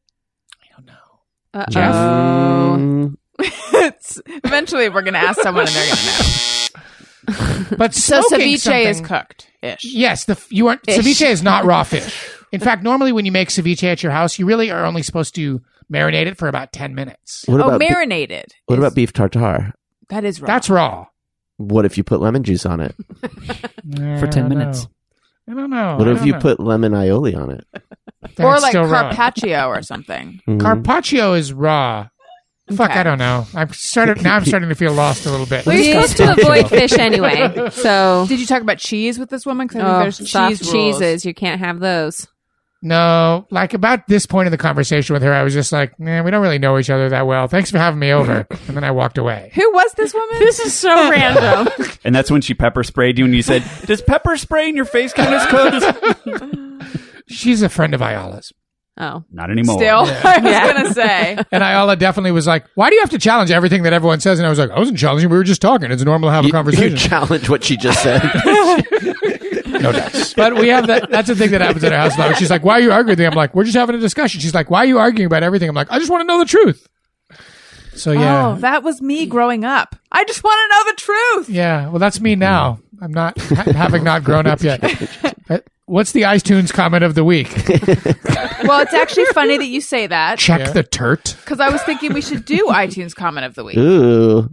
I don't know.
Uh-oh.
Jeff?
Mm,
it's, eventually, we're gonna ask someone, and they're gonna know.
But
So
smoking
ceviche
something-
is cooked ish.
Yes, the f- you aren't
Ish.
ceviche is not raw fish. In fact, normally when you make ceviche at your house, you really are only supposed to marinate it for about ten minutes.
what
Oh,
about be-
marinated.
what
is-
about beef tartare?
that? Is wrong.
That's raw
What if you put lemon juice on it?
For 10 minutes.
I don't know.
What
Oh, I
if
don't
you
know.
put lemon aioli on it?
Then
or
it's
like
still raw.
carpaccio or something.
Mm.
Carpaccio is raw. Fuck,
Okay.
I don't know. I'm started now. I'm starting to feel lost a little bit.
We're supposed to avoid fish anyway. So
Did you talk about cheese with this woman? Because
Oh,
there's
soft
cheese rules.
cheeses, you can't have those.
No, like about this point in the conversation with her, I was just like, man, we don't really know each other that well. Thanks for having me over. And then I walked away.
Who was this woman?
This is so random.
And that's when she pepper sprayed you, and you said, "Does pepper spray in your face count as cooked?"
She's a friend of Ayala's.
oh,
Not anymore.
Still, I was gonna say.
And Ayala definitely was like, why do you have to challenge everything that everyone says? And I was like, I wasn't challenging. We were just talking. It's normal to have a
You, Mm. you
conversation.
challenge what she just said.
no doubts. But we have that. That's the thing that happens at our house. Like, she's like, why are you arguing? with me?" I'm like, we're just having a discussion. She's like, why are you arguing about everything? I'm like, I just want to know the truth. So yeah.
Oh, that was me growing up. I just want to know the truth.
Yeah, well, that's me now. I'm not ha- having not grown up yet. Uh, What's the iTunes comment of the week?
Well, it's actually funny that you say that
Check
Yeah.
the turt.
because I was thinking we should do iTunes comment of the week.
Ooh.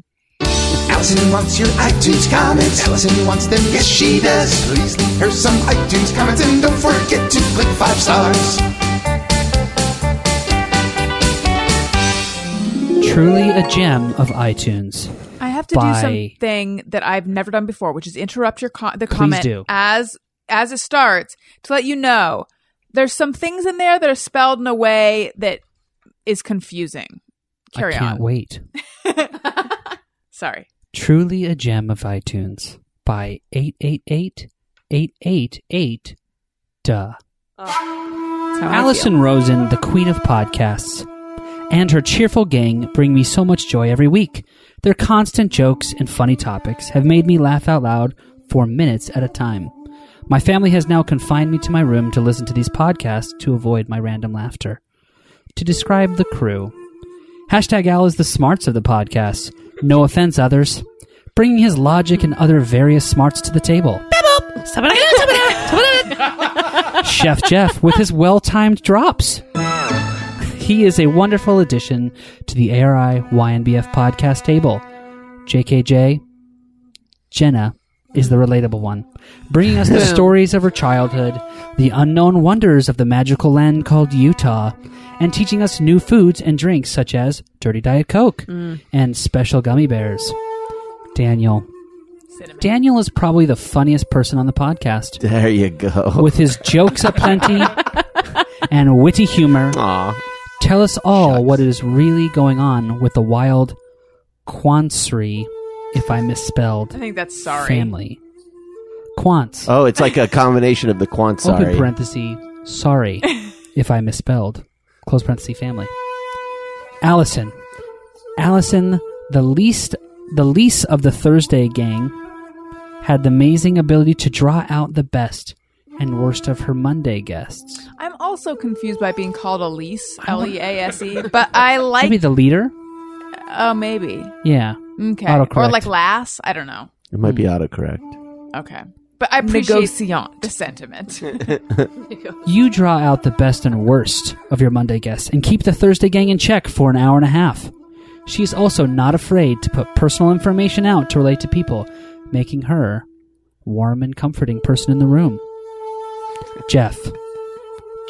Allison wants your iTunes comments. Allison wants them, yes she does. Please leave her some iTunes comments and don't forget to click five stars.
Truly a gem of iTunes.
I have to
By-
do something that I've never done before, which is interrupt your co- the comment
do.
as as it starts to let you know there's some things in there that are spelled in a way that is confusing. Carry
I can't
on.
wait.
Sorry.
Truly a gem of iTunes by 888 888 Duh.
That's how I
Allison Rosen, the queen of podcasts, and her cheerful gang bring me so much joy every week. Their constant jokes and funny topics have made me laugh out loud for minutes at a time. My family has now confined me to my room to listen to these podcasts to avoid my random laughter. To describe the crew, hashtag Al is the smarts of the podcast. No offense, others. Bringing his logic and other various smarts to the table. Chef Jeff with his well timed drops. He is a wonderful addition to the ARI YNBF podcast table. JKJ, Jenna is the relatable one, bringing us the stories of her childhood, the unknown wonders of the magical land called Utah, and teaching us new foods and drinks such as Dirty Diet Coke and special gummy bears. Daniel. Daniel is probably the funniest person on the podcast
There you go.
with his jokes aplenty and witty humor,
Aw.
tell us all what is really going on with the wild Quansri, if I misspelled,
I think that's sorry.
family. Quants,
Oh, it's like a combination of the quant.
open
Oh, Sorry.
parenthesis, sorry if I misspelled, close parenthesis, family. Allison. Allison, the least, the least of the Thursday gang, had the amazing ability to draw out the best and worst of her Monday guests.
I'm also confused by being called Elise, L E A S E, but I like.
Maybe the leader?
oh, maybe.
Yeah.
Okay. Or
Autocorrect.
like Lass. I don't know.
It might be autocorrect.
Okay. But I appreciate the sentiment.
You draw out the best and worst of your Monday guests and keep the Thursday gang in check for an hour and a half. She is also not afraid to put personal information out to relate to people, making her warm and comforting person in the room. Jeff.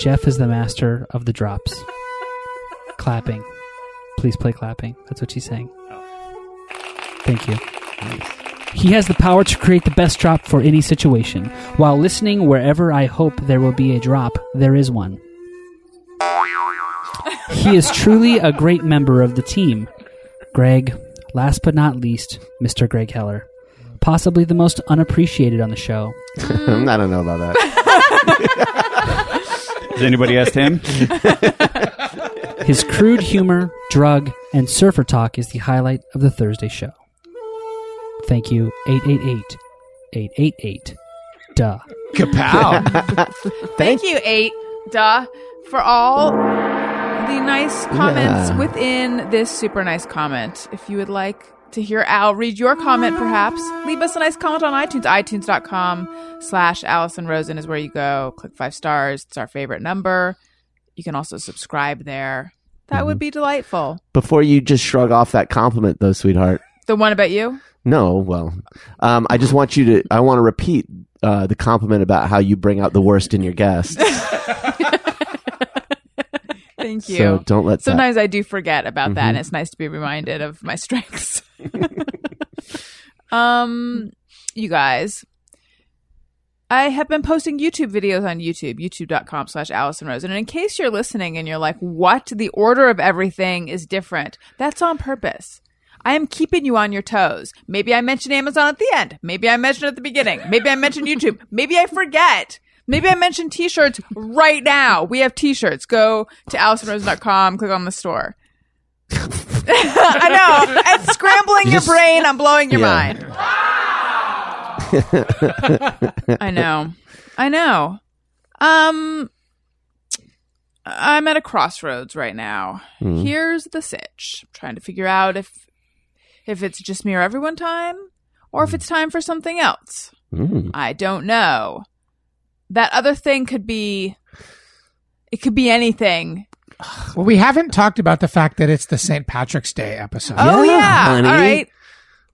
Jeff is the master of the drops. clapping. Please play clapping. That's what she's saying. Thank you. He has the power to create the best drop for any situation. While listening, wherever I hope there will be a drop, there is one. He is truly a great member of the team. Greg, last but not least, Mr. Greg Heller. Possibly the most unappreciated on the show.
I don't know about that.
Has anybody asked him?
His crude humor, drug, and surfer talk is the highlight of the Thursday show. Thank you, 888 888 Duh.
Kapow.
Thank you, eight duh, for all the nice comments
Yeah.
within this super nice comment. If you would like to hear Al read your comment, perhaps leave us a nice comment on iTunes. iTunes.com slash Allison Rosen is where you go. Click five stars. It's our favorite number. You can also subscribe there. That would be delightful.
Before you just shrug off that compliment, though, sweetheart.
The one about you?
No, well, um, I just want you to. I want to repeat uh, the compliment about how you bring out the worst in your guests.
Thank you.
so don't let that. Mm-hmm.
Sometimes I do forget about that, and it's nice to be reminded of my strengths. um, you guys, I have been posting YouTube videos on YouTube, youtube.com slash Allison Rosen. And in case you're listening and you're like, what? The order of everything is different. That's on purpose. I am keeping you on your toes. Maybe I mention Amazon at the end. Maybe I mention it at the beginning. Maybe I mention YouTube. Maybe I forget. Maybe I mention t-shirts right now. We have t-shirts. Go to AllisonRose.com, click on the store. I know. It's scrambling your brain. I'm blowing your
Yeah.
mind. I know. I know. Um I'm at a crossroads right now. Here's the sitch. I'm trying to figure out if if it's just me or everyone time or if it's time for something else.
Mm.
I don't know. That other thing could be it could be anything.
well, we haven't talked about the fact that it's the St. Patrick's Day episode.
oh
Yeah,
yeah.
honey.
All right.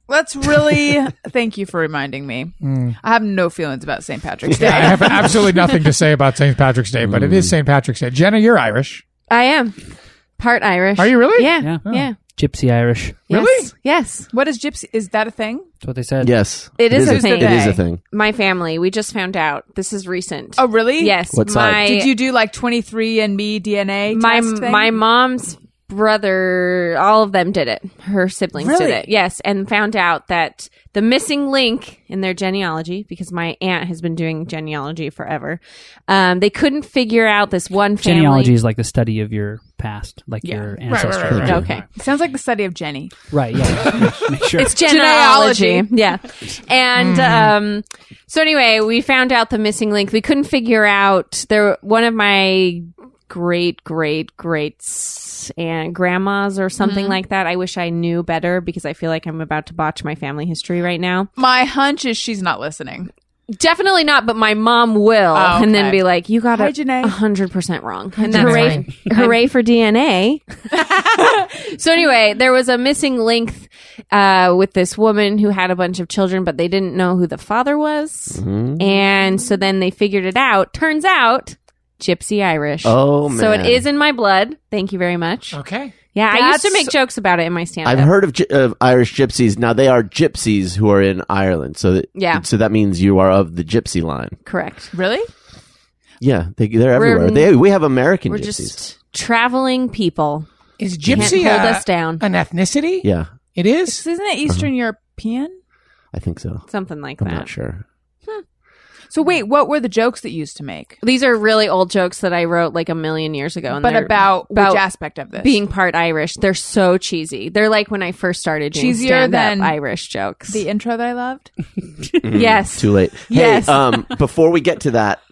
Let's really thank you for reminding me. I have no feelings about St. Patrick's Day.
I have absolutely nothing to say about St. Patrick's Day, but it
Mm.
is St. Patrick's Day. Jenna, you're Irish.
I am part Irish.
Are you really?
Yeah.
Yeah.
Yeah.
Oh. Gypsy Irish.
Yes.
Really?
Yes.
What is gypsy? Is that a thing?
That's what they said.
Yes,
It is a
a
thing.
It is a thing.
My family. We just found out. This is recent.
Oh, really?
Yes.
What side?
my,
Did you do like 23 and me DNA?
my
test thing?
my mom's brother all of them did it her siblings
Really?
did it yes and found out that the missing link in their genealogy because my aunt has been doing genealogy forever um, they couldn't figure out this one family
Genealogy is like the study of your past, like your
Right,
ancestry.
right, right, right.
okay
Sounds like the study of Jenny.
Right, yeah. Make sure.
It's genealogy. Yeah. And um, so anyway, we found out the missing link. We couldn't figure out there one of my great great greats and grandmas or something like that. I wish I knew better because I feel like I'm about to botch my family history right now.
My hunch is she's not listening.
Definitely not, but my mom will
Oh,
and then
okay.
be like, You got
Hi,
it
Janae.
hundred percent wrong. And that's hooray, hooray for DNA. so anyway, there was a missing link uh, with this woman who had a bunch of children, but they didn't know who the father was,
Mm-hmm.
and so then they figured it out. Turns out, Gypsy Irish.
Oh, man.
so it is in my blood. Thank you very much.
Okay.
Yeah, I used to
Oh. That's-
make jokes about it in my stand-up.
I've heard of, gy- of Irish gypsies. Now they are gypsies who are in Ireland. So that,
Yeah.
so that means you are of the gypsy line.
Correct.
Really?
Yeah, they, they're everywhere. They, we have American
We're
gypsies.
just traveling people.
Is gypsy
Can't
uh,
hold
a-
us down.
an ethnicity?
yeah,
It is?
Isn't it
Uh-huh.
Eastern European?
I think so.
Something like
I'm
that.
not sure.
So wait, what were the jokes that you used to make?
These are really old jokes that I wrote like a million years ago. And
But
they're
about,
about
which aspect of this?
being part Irish. They're so cheesy. They're like when I first started doing
Cheesier
stand-up
than-
Irish jokes.
the intro that I loved.
yes.
Too late.
Yes.
Hey, um, before we get to that,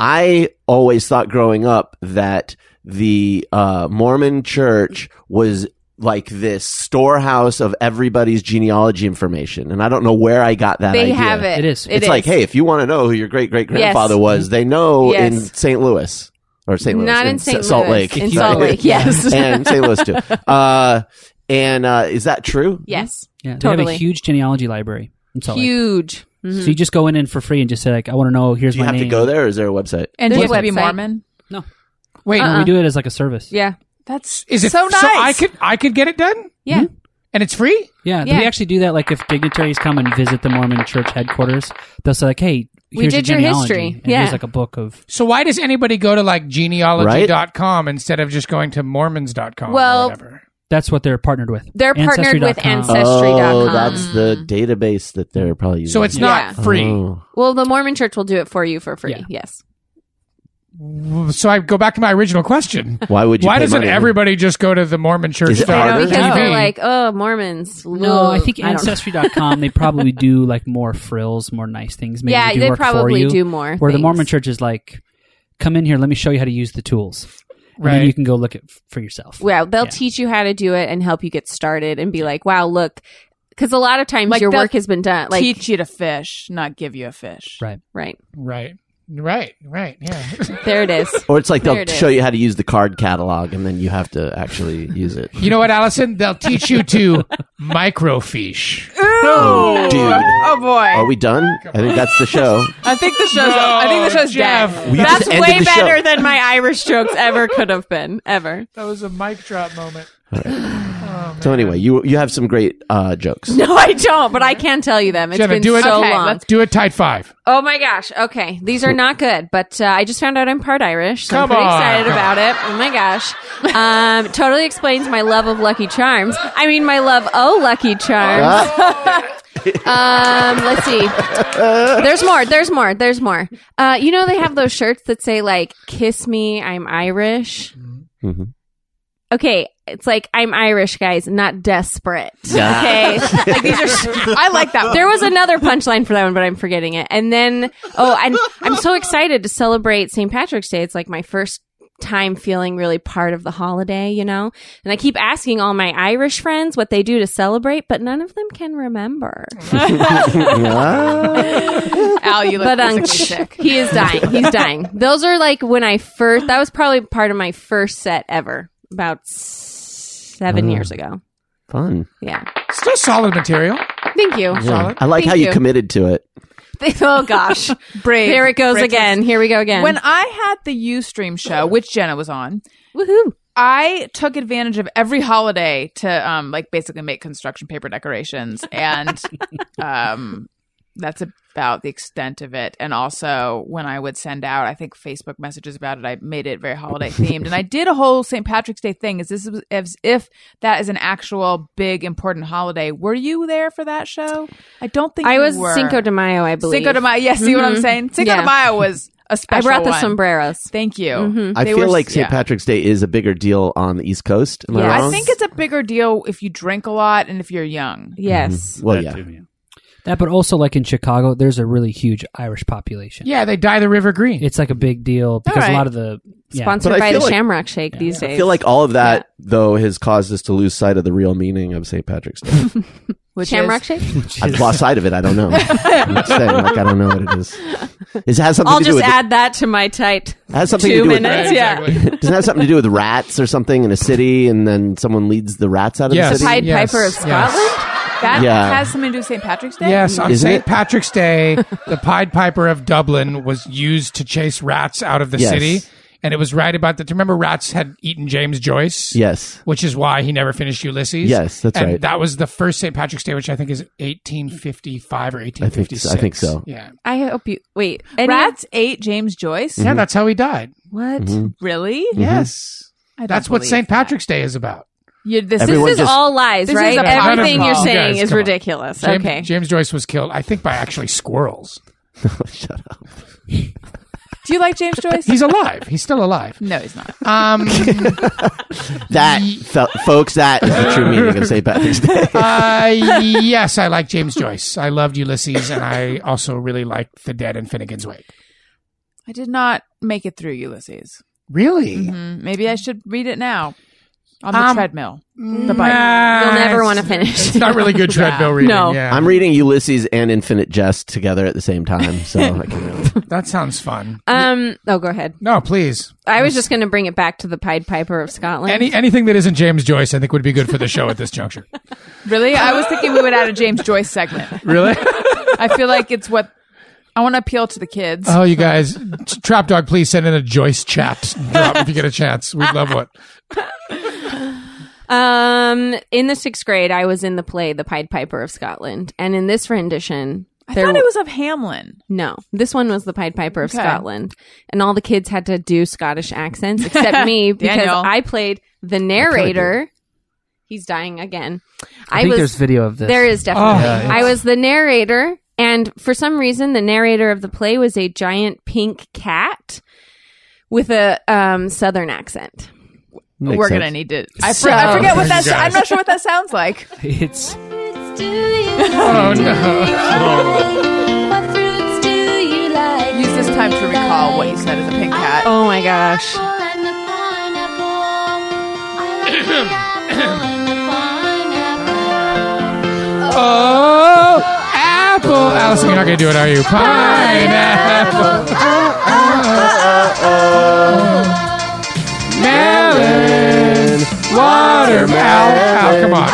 I always thought growing up that the uh, Mormon church was like this storehouse of everybody's genealogy information. And I don't know where I got that
they
idea.
have it.
It is.
it's like, hey, if you want to know who your great great grandfather
Yes.
was, they know
Yes.
in St. Louis or St. Louis,
Not in
Sa-
St.
Salt
Louis.
Lake,
In Salt Lake, yes.
and St. Louis too. Uh, and uh, is that true?
yes.
yeah, they have
totally.
a huge genealogy library. in Salt Lake.
Huge. Mm-hmm.
So you just go in and for free and just say like, I want to know. Here's
Do you
my
have
name.
to go there, or is there a website?
And do
There's
you have to be
website.
Mormon?
No,
Wait,
No, we do it as like a service.
Uh-uh. Yeah.
That's
is it
so nice.
So I could I could get it done,
Yeah.
Mm-hmm.
and it's free.
Yeah,
Yeah.
we actually do that. Like, if dignitaries come and visit the Mormon Church headquarters, they'll say like, "Hey,
We
here's
did
your
your
genealogy,
history.
and
Yeah.
here's like a book of."
So why does anybody go to like genealogy.com instead of just going to mormons.com
Well,
or whatever?
That's what they're partnered with.
They're partnered with
Ancestry.com.
Ancestry.
Oh,
Ancestry.com.
that's the database that they're probably using.
So it's
Yeah. Uh-huh.
not free.
Oh.
Well, the Mormon Church will do it for you for free.
Yeah.
Yes.
So I go back to my original question.
Why would you?
Why
pay
doesn't
money?
everybody just go to the Mormon Church?
Is it
dot
harder?
Because
Because
TV?
they're like, oh, Mormons.
No, I think
don't know.
Ancestry.com, they probably do like more frills, more nice things. Maybe
Yeah,
do
they
work for
probably
you,
do more
Where the
things.
Mormon Church is like, come in here, let me show you how to use the tools. And then
Right.
you can go look at for yourself.
Well, they'll
Yeah.
teach you how to do it and help you get started and be like, wow, look. Because a lot of times
Like,
your
they'll
work has been done. Like,
teach you to fish, not give you a fish.
Right.
right.
right, right, right. Yeah.
There it is.
Or it's like
There
they'll
it is.
show you how to use the card catalog, and then you have to actually use it.
you know what, Allison? They'll teach you to microfiche.
Oh, dude.
Oh boy.
Are we done? I think that's the show.
I think the show's I think the show's
Jeff.
dead.
We
That's
just ended
way
the show.
better than my Irish jokes ever could have been. Ever.
That was a mic drop moment.
So anyway, you you have some great uh, jokes.
No, I don't, but I can tell you them. It's
Jenna,
been
do it.
so
okay,
long.
let's do it. Tight five.
Oh my gosh. Okay. These are not good, but uh, I just found out I'm part Irish. So
Come
I'm pretty
on.
excited about it. Oh my gosh. Um, totally explains my love of Lucky Charms. I mean, my love, oh, Lucky Charms. Um, let's see. There's more. There's more. There's more. Uh, you know, they have those shirts that say, like, kiss me, I'm Irish.
Mhm.
Okay. It's like, I'm Irish, guys, not desperate.
Yeah.
Okay. like, these are.
I like that.
There was another punchline for that one, but I'm forgetting it. And then, oh, and I'm so excited to celebrate St. Patrick's Day. It's like my first time feeling really part of the holiday, you know? And I keep asking all my Irish friends what they do to celebrate, but none of them can remember.
Al, Oh, you look
But um,
physically sick.
he is dying. He's dying. Those are like when I first, that was probably part of my first set ever about s-
Mm.
seven years ago.
Fun.
Yeah.
Still solid material.
Thank you.
Yeah. I like
Thank
how you
you.
committed to it.
oh gosh.
Brave.
There it goes
Brave
again. Here we go again.
When I had the Ustream show, which Jenna was on,
Woohoo.
I took advantage of every holiday to um like basically make construction paper decorations and um that's about the extent of it and also when I would send out I think Facebook messages about it I made it very holiday themed and I did a whole St. Patrick's Day thing as this was as if that is an actual big important holiday were you there for that show I don't think
I
you
was
were.
Cinco de Mayo, I believe.
Cinco de Mayo yes see what I'm
Mhm.
saying Cinco
Yeah.
de Mayo was a
I
special
brought the
one.
sombreros. Mm-hmm.
Thank you
I
They
feel
were-
like St.
yeah.
Patrick's Day is a bigger deal on the East Coast. Am
Yeah.
I
I
wrong?
I think it's a bigger deal if you drink a lot and if you're young.
Mm-hmm.
Yes.
well,
That
yeah.
too,
That, but also like in Chicago, there's a really huge Irish population.
Yeah, they dye the river green.
It's like a big deal because
right.
a lot of the. Yeah.
Sponsored
But I
by the
feel like-
Shamrock Shake these days.
I feel like all of that though has caused us to lose sight of the real meaning of St. Patrick's Day.
Which
Shamrock Shake?
I've lost sight of it. I don't know. I'm just saying, like I don't know what it is. Is it has something
I'll
to do
just
with
add that to my tight
it has something to
two
do
minutes.
with
Yeah.
exactly.
does it have something to do with rats or something in a city, and then someone leads the rats out of
Yes.
the city?
Pied
Yes,
Piper of
yes.
Scotland?
That
Yeah.
has something to do with St. Patrick's Day?
Yes, on
Isn't
St.
it?
Patrick's Day, the Pied Piper of Dublin was used to chase rats out of the
Yes.
city. And it was right about that. Remember, rats had eaten James Joyce?
Yes.
Which is why he never finished Ulysses.
Yes, that's
and
right.
That was the first St. Patrick's Day, which I think is 1855 or 1856.
I think so.
Yeah.
I hope you. Wait. any-
Rats ate James Joyce?
Mm-hmm.
Yeah, that's how he died.
What?
Really?
Yes.
I don't
That's what
believe
St.
that.
Patrick's Day is about.
You, this is
Everyone
This is
just-
all lies,
This is
right?
a
No, no, no,
Everything
no.
you're
You
saying
guys,
is
come on.
ridiculous.
James,
okay.
James Joyce was killed, I think, by actually squirrels.
Shut up.
do you like James Joyce?
He's alive. He's still alive.
no, he's not.
Um,
That, fel- folks, that is the true meaning of St. Patrick's Day.
uh, yes, I like James Joyce. I loved Ulysses, and I also really liked The Dead and Finnegan's Wake.
I did not make it through Ulysses.
Really?
Mm, maybe I should read it now on the
Um,
treadmill.
The
bike.
You'll never want to finish.
It's not really good treadmill reading.
No.
Yeah.
I'm reading Ulysses and Infinite Jest together at the same time, so I can really.
that sounds fun.
Um. Oh, go ahead.
No, please.
I was just going to bring it back to the Pied Piper of Scotland.
Any anything that isn't James Joyce, I think would be good for the show at this juncture.
Really? I was thinking we would add a James Joyce segment.
Really?
I feel like it's what I want to appeal to the kids.
Oh, you guys, Trap Dog, please send in a Joyce chat drop if you get a chance. We'd love one.
Um, in the sixth grade, I was in the play The Pied Piper of Scotland, and in this rendition,
I thought it was of Hamlin.
no. This one was The Pied Piper of
Okay.
Scotland, and all the kids had to do Scottish accents except me because
Daniel.
I played the narrator. He's dying again.
I, think there's video of this.
There is definitely.
Oh, yeah,
I was the narrator, and for some reason, the narrator of the play was a giant pink cat with a um, southern accent.
Makes
We're
sense.
gonna need to. I,
So-
for, I forget what
Thank
that's.
you
I'm
guys.
not sure what that sounds like.
It's
Oh, no.
Use this time to recall what you said as a pink cat.
Oh my gosh.
Oh, apple. Oh, Allison, you're not going to do it, are you? Pineapple. Melon. Watermelon. Oh, come on.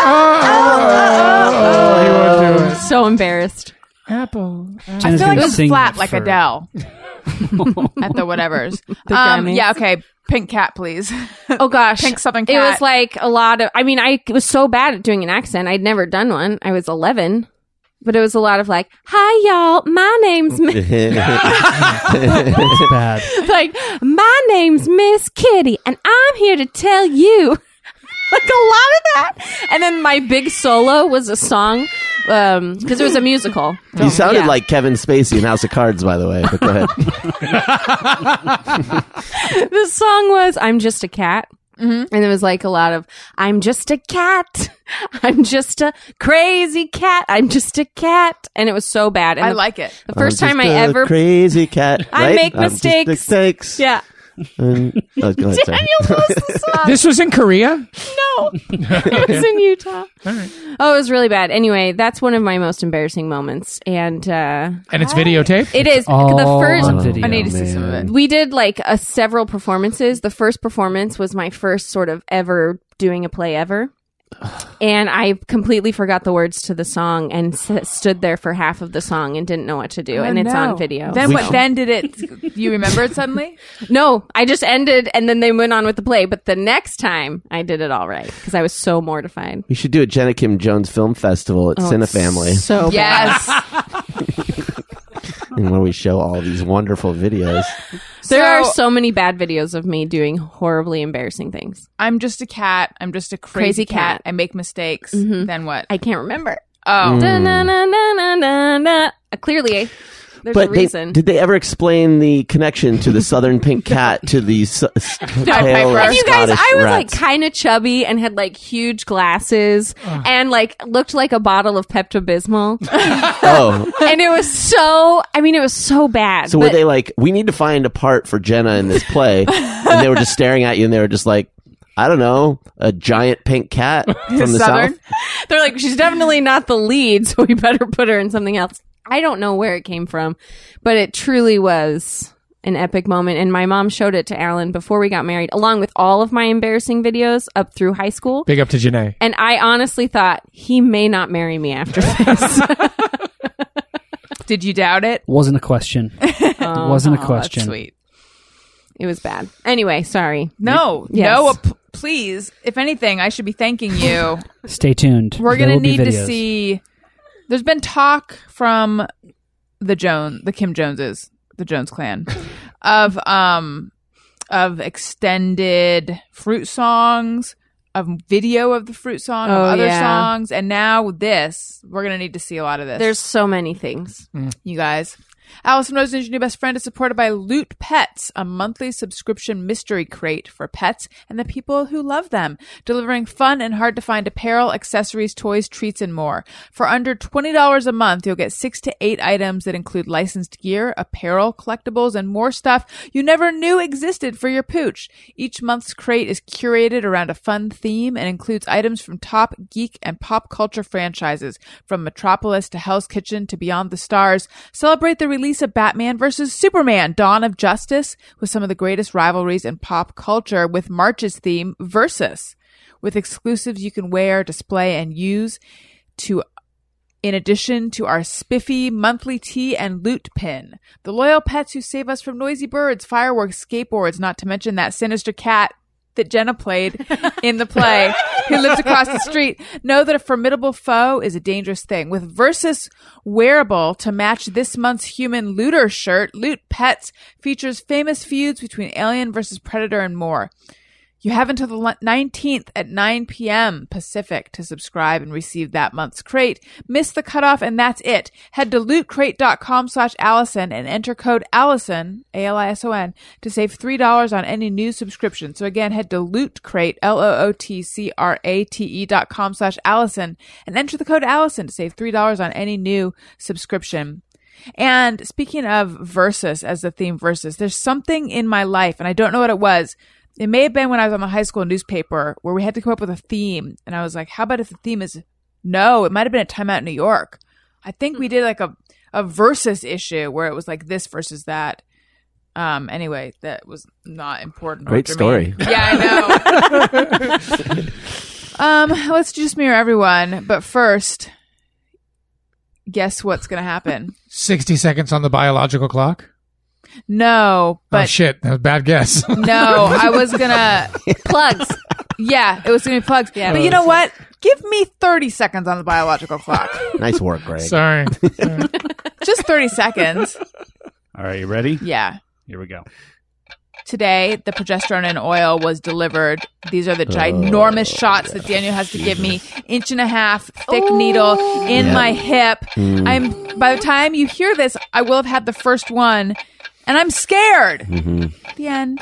Oh, he won't do it.
So embarrassed.
Apple.
I
Jenna's
feel like
gonna
it's
sing
flat like
for-
Adele at the whatever's.
The
um,
Grammys.
yeah. Okay. Pink cat, please.
Oh gosh.
Pink something
It
cat.
was like a lot of I mean, I was so bad at doing an accent. I'd never done one. I was 11. But it was a lot of like, "Hi y'all, my name's Mi-"
It's bad.
like my name's Miss Kitty and I'm here to tell you." like a lot of that. And then my big solo was a song um because it was a musical.
you sounded
Yeah.
like Kevin Spacey in House of Cards, by the way. But go ahead.
the song was I'm just a cat.
Mm-hmm.
And it was like a lot of I'm just a cat. I'm just a crazy cat. I'm just a cat. And it was so bad. And
I
the-
like it.
the first
I'm
time I
just a
ever
crazy cat.
I
right?
make
I'm just
mistakes.
mistakes.
Yeah.
Mm. Oh, go ahead, sorry.
Daniel loves the song.
This was in Korea?
no. it was in Utah. Oh, it was really bad. Anyway, that's one of my most embarrassing moments. And uh
And it's videotaped?
it is the
all
first
Oh,
on
I
video.
need to see some of it.
we did like a several performances. The first performance was my first sort of ever doing a play ever. And I completely forgot the words to the song and s- stood there for half of the song and didn't know what to do.
Oh,
and it's
no.
on video.
Then
So-
what? Then did it? You remember it suddenly?
No, I just ended and then they went on with the play. But the next time I did it all right because I was so mortified.
We should do a Jenna Kim Jones Film Festival at
Oh,
Cinefamily,
So bad.
yes.
and where we show all these wonderful videos.
There are
So-
so many bad videos of me doing horribly embarrassing things.
I'm just a cat. I'm just a crazy,
Crazy
cat.
cat. Mm-hmm.
I make mistakes. Then what?
I can't remember.
Mm.
oh,
Mm.
Da-na-na-na-na-na. Uh, Clearly, there's a
but they,
reason.
did they ever explain the connection to the southern pink cat to the s- s- tail
Piper.
of
And
you guys,
Scottish
I was like
rats?
kind of chubby and had like huge glasses and like looked like a bottle of Pepto Bismol.
oh,
and it was so, I mean, it was so bad.
so were
but
they like, we need to find a part for Jenna in this play, and they were just staring at you, and they were just like, I don't know, a giant pink cat from the
Southern?
south.
they're like, she's definitely not the lead, so we better put her in something else. I don't know where it came from, but it truly was an epic moment. And my mom showed it to Alan before we got married, along with all of my embarrassing videos up through high school.
Big up to Janae.
And I honestly thought he may not marry me after this.
did you doubt it? Oh,
Wasn't a question. it wasn't a
that's
question.
Sweet.
it was bad. Anyway, sorry.
No,
Yes.
no. p- please, if anything, I should be thanking you.
Stay tuned.
We're
There
gonna
will be
need to
videos.
see. There's been talk from the Jones, the Kim Joneses, the Jones clan, of um of extended fruit songs, of video of the fruit song,
Oh,
of other
yeah.
songs, and now this. We're gonna need to see a lot of this.
There's so many things.
you guys. Allison Rosen is your new best friend is supported by Loot Pets, a monthly subscription mystery crate for pets and the people who love them, delivering fun and hard to find apparel, accessories, toys, treats, and more. For under $20 a month, you'll get six to eight items that include licensed gear, apparel, collectibles, and more stuff you never knew existed for your pooch. Each month's crate is curated around a fun theme and includes items from top geek and pop culture franchises, from Metropolis to Hell's Kitchen to Beyond the Stars. Celebrate the release of Batman vs. Superman Dawn of Justice with some of the greatest rivalries in pop culture with March's theme, Versus, with exclusives you can wear, display, and use to in addition to our spiffy monthly tea and loot pin. The loyal pets who save us from noisy birds, fireworks, skateboards, not to mention that sinister cat that Jenna played in the play, who lives across the street, know that a formidable foe is a dangerous thing. With Versus wearable to match this month's human looter shirt, Loot Pets features famous feuds between alien versus predator and more. You have until the l- 19th at 9 p.m. Pacific to subscribe and receive that month's crate. Miss the cutoff and that's it. Head to lootcrate.com slash Allison and enter code Allison, A-L-I-S-O-N, to save $3 on any new subscription. So again, head to lootcrate, L-O-O-T-C-R-A-T-E E dot com slash Allison and enter the code Allison to save $3 on any new subscription. And speaking of versus as the theme versus, there's something in my life, and I don't know what it was. It may have been when I was on the high school newspaper where we had to come up with a theme, and I was like, "How about if the theme is no?" It might have been a timeout in New York. I think we did like a a versus issue where it was like this versus that. Um. Anyway, that was not important. or
Great story.
germane. Yeah, I know. um. Let's just mirror everyone, but first, guess what's going to happen.
60 seconds on the biological clock?
No,
oh,
but
shit. That was a bad guess.
Oh, no, I was gonna.
Plugs.
Yeah, it was gonna be plugs. but you know what? Give me thirty seconds on the biological clock.
Nice work, Greg.
Sorry.
Just thirty seconds.
All right, you ready?
Yeah.
Here we go.
Today, the progesterone and oil was delivered. These are the ginormous shots that Daniel has to give me. Inch and a half, thick needle in
Yeah.
my hip. I'm. By the time you hear this, I will have had the first one, and I'm scared. The end.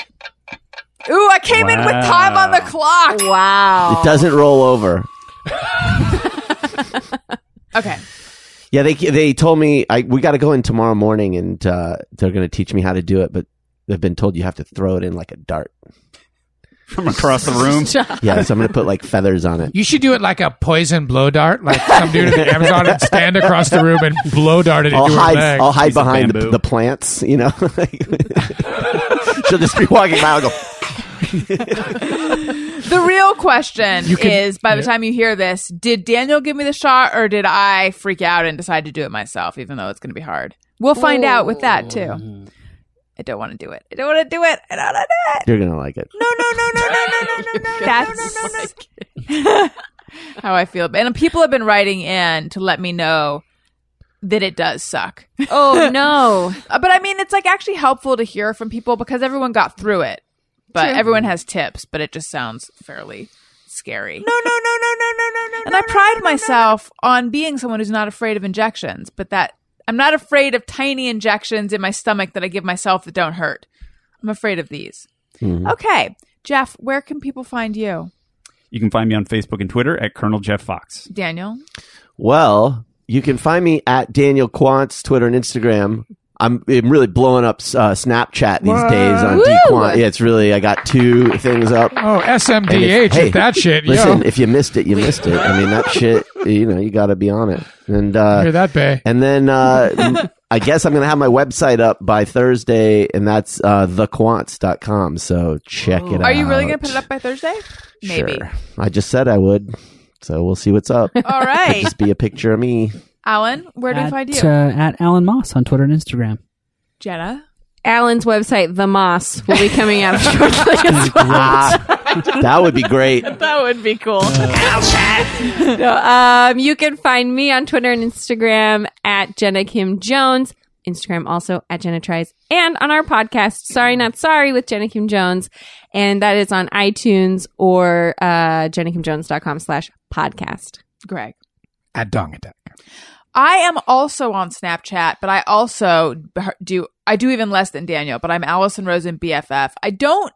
Ooh, I came in with time on the clock.
It
Wow.
doesn't roll over.
Okay.
Yeah, they they told me I we got to go in tomorrow morning, and uh, they're going to teach me how to do it. But they've been told you have to throw it in like a dart.
From across the room.
Yeah, so I'm going to put like feathers on it.
You should do it like a poison blow dart, like some dude at the Amazon and stand across the room and blow dart it
I'll
into her
hide.
bag.
I'll hide
Piece of
behind the,
bamboo.
the plants. You know, she'll just be walking by. I'll go.
The real question
can-
is by the time you hear this, did Daniel give me the shot or did I freak out and decide to do it myself, even though it's going to be hard? We'll find out with that too. I don't want to do it. I don't want to do it. I don't want to do it.
You're going to like it.
No, no, no, no, no, no, no, no, no. That's how I feel. And people have been writing in to let me know that it does suck.
Oh no.
Uh, But I mean, it's like actually helpful to hear from people because everyone got through it. But everyone has tips, but it just sounds fairly scary. No, no, no, no, no, no, no, no. And I pride myself on being someone who's not afraid of injections, but that I'm not afraid of tiny injections in my stomach that I give myself that don't hurt. I'm afraid of these.
Mm-hmm.
Okay. Jeff, where can people find you?
You can find me on Facebook and Twitter at Colonel Jeff Fox.
Daniel?
Well, you can find me at Daniel Quantz, Twitter and Instagram. I'm, I'm really blowing up uh, Snapchat these days on
Woo!
DQuant. Yeah, it's really, I got two things up.
Oh,
And if-
SMDH with that shit,
Listen,
yo.
if you missed it, you missed it. I mean, that shit, you know, you got to be on it. And uh,
Hear that, Bay?
and then uh, I guess I'm going to have my website up by Thursday, and that's uh, thequants.com. So check it out.
Are you really going to put it up by Thursday? Maybe.
Sure. I just said I would. So we'll see what's up.
All right.
just be a picture of me.
Alan, where do we
at,
find you?
Uh, at Alan Moss on Twitter and Instagram.
Jenna?
Alan's website, The Moss, will be coming out shortly as well.
Ah, that would be great.
That would be cool. no, um, you can find me on Twitter and Instagram at Jenna Kim Jones. Instagram also at Jenna Tries and on our podcast, Sorry Not Sorry with Jenna Kim Jones. And that is on iTunes or uh, jennakimjones.com slash podcast.
Greg?
At Dong Attack.
I am also on Snapchat, but I also b- do I do even less than Daniel, but I'm Allison Rosen BFF. I don't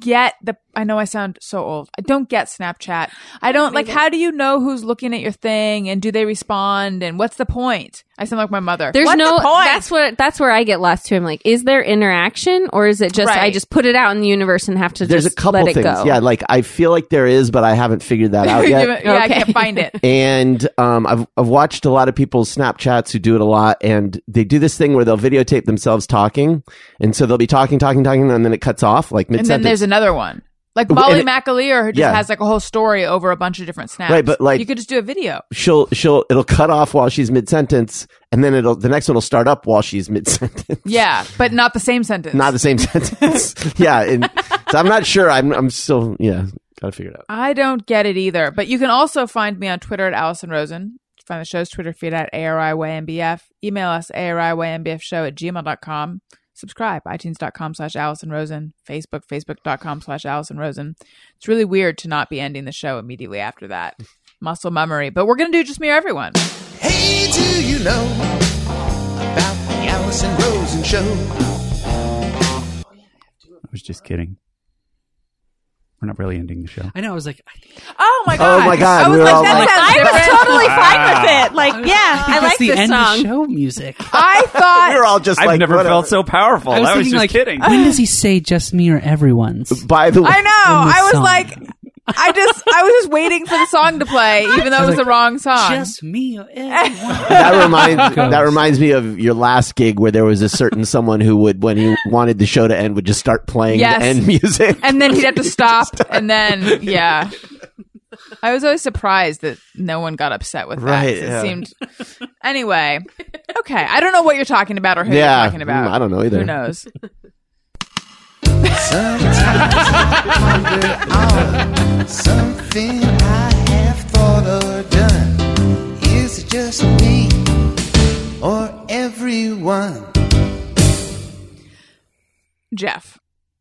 get the I know I sound so old. I don't get Snapchat. I don't like how do you know who's looking at your thing and do they respond and what's the point? I sound like my mother.
There's
What's
no
the point?
that's what that's where I get lost to. I'm like, is there interaction or is it just I
Right.
just put it out in the universe and have to
There's a
just
couple
let it
things.
go?
Yeah, like I feel like there is, but I haven't figured that out
yeah,
yet.
I
Okay.
can't find it.
And um, I've I've watched a lot of people's Snapchats who do it a lot, and they do this thing where they'll videotape themselves talking, and so they'll be talking, talking, talking, and then it cuts off like mid
And then
sentence.
there's another one. Like Molly
and-
McAleer just
Yeah.
has like a whole story over a bunch of different snaps.
Right, but, like-
you could just do a video.
she'll she'll it'll cut off while she's mid sentence, and then it'll the next one will start up while she's mid sentence.
Yeah, but not the same sentence.
Not the same sentence. yeah, and so I'm not sure. I'm I'm still yeah. Gotta figure it out.
I don't get it either. But you can also find me on Twitter at Allison Rosen. Find the show's Twitter feed at ARIYMBF. Email us ARIYMBFshow at gmail.com. Subscribe, iTunes.com slash Allison Rosen. Facebook, Facebook.com slash Allison Rosen. It's really weird to not be ending the show immediately after that. Muscle mummery. But we're going to do Just Me or Everyone.
Hey, do you know about the Allison Rosen show?
I was just kidding. We're not really ending the show.
I know. I was like, I think
Oh my God.
my God,
I was
we were all
like, that
like-
sounds
I was
different.
totally fine with it. Like, yeah, I,
that's
like
the
this
end
song.
of show music.
I thought.
We're all just
I've
like
never
whatever.
felt so powerful. I was,
thinking,
just
like, ah.
kidding.
When does he say just me or everyone's?
By the way,
I know.
in the
I was
song.
like, I just, I was just waiting for the song to play, even though it was the
like,
wrong song.
Just me or everyone.
that reminds that reminds me of your last gig where there was a certain someone who would when he wanted the show to end would just start playing
Yes.
the end music.
and then he'd have to stop, and then yeah. I was always surprised that no one got upset with that. 'cause
Right,
It
yeah.
seemed anyway. Okay, I don't know what you're talking about or who
Yeah,
you're talking about.
mm, I don't know either.
Who knows?
Sometimes I wonder on something I have thought or done. Is it just me or everyone?
Jeff,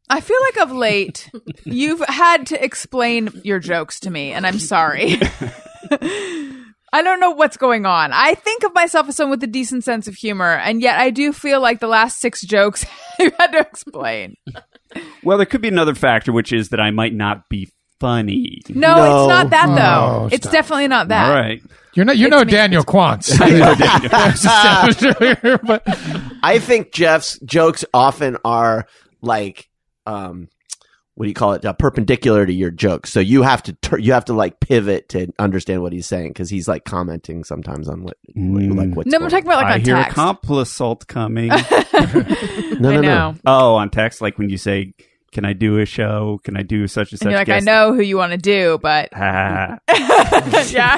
I feel like of late you've had to explain your jokes to me, and I'm sorry. I don't know what's going on. I think of myself as someone with a decent sense of humor, and yet I do feel like the last six jokes you had to explain.
Well, there could be another factor, which is that I might not be funny.
No,
No.
it's not that though.
Oh,
it's definitely not that.
All right.
You're not. You know Daniel Quantz. but
I think Jeff's jokes often are like, um, what do you call it? Uh, perpendicular to your jokes. So you have to tur- you have to like pivot to understand what he's saying because he's like commenting sometimes on what, what
Mm.
like what's
No, I'm
going
talking about like
I
on
hear
text.
a compliment assault coming.
No,
I
no, no.
know.
oh, on text, like when you say, "Can I do a show? Can I do such and such?"
And you're like,
guest?"
I know who you want to do, but
Ah.
yeah,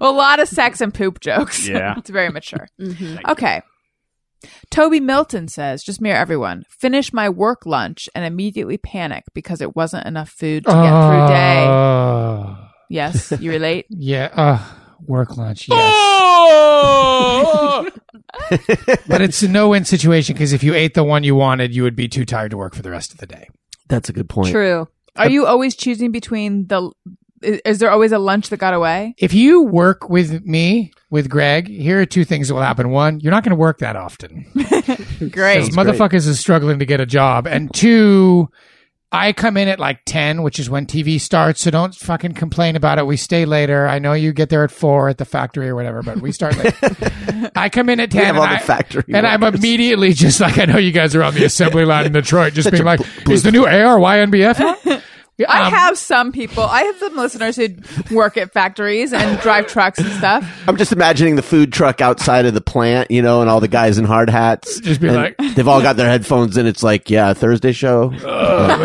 well, a lot of sex and poop jokes.
Yeah.
it's very mature. Okay. Toby Milton says, just mere everyone, finish my work lunch and immediately panic because it wasn't enough food to get through
Ah.
day.
Uh,
Yes, you relate?
Yeah. Uh, work lunch. Yes. but it's a no-win situation because if you ate the one you wanted, you would be too tired to work for the rest of the day.
That's a good point.
True.
Are you always choosing between the, is, is there always a lunch that got away?
If you work with me, with Greg, here are two things that will happen. One, you're not going to work that often.
Great.
Because motherfuckers is struggling to get a job. And two, I come in at like 10, which is when TV starts. So don't fucking complain about it. We stay later. I know you get there at four at the factory or whatever, but we start late. I come in at 10.
We have
and
all the
I-
factory
And I'm
workers.
immediately just like, I know you guys are on the assembly line in Detroit, just being like, is the new ARYNBF on? Yeah,
I
um,
have some people, I have some listeners who work at factories and drive trucks and stuff.
I'm just imagining the food truck outside of the plant, you know, and all the guys in hard hats.
Just be
And
like-
they've all got their headphones in. It's like, yeah, Thursday show.
Oh,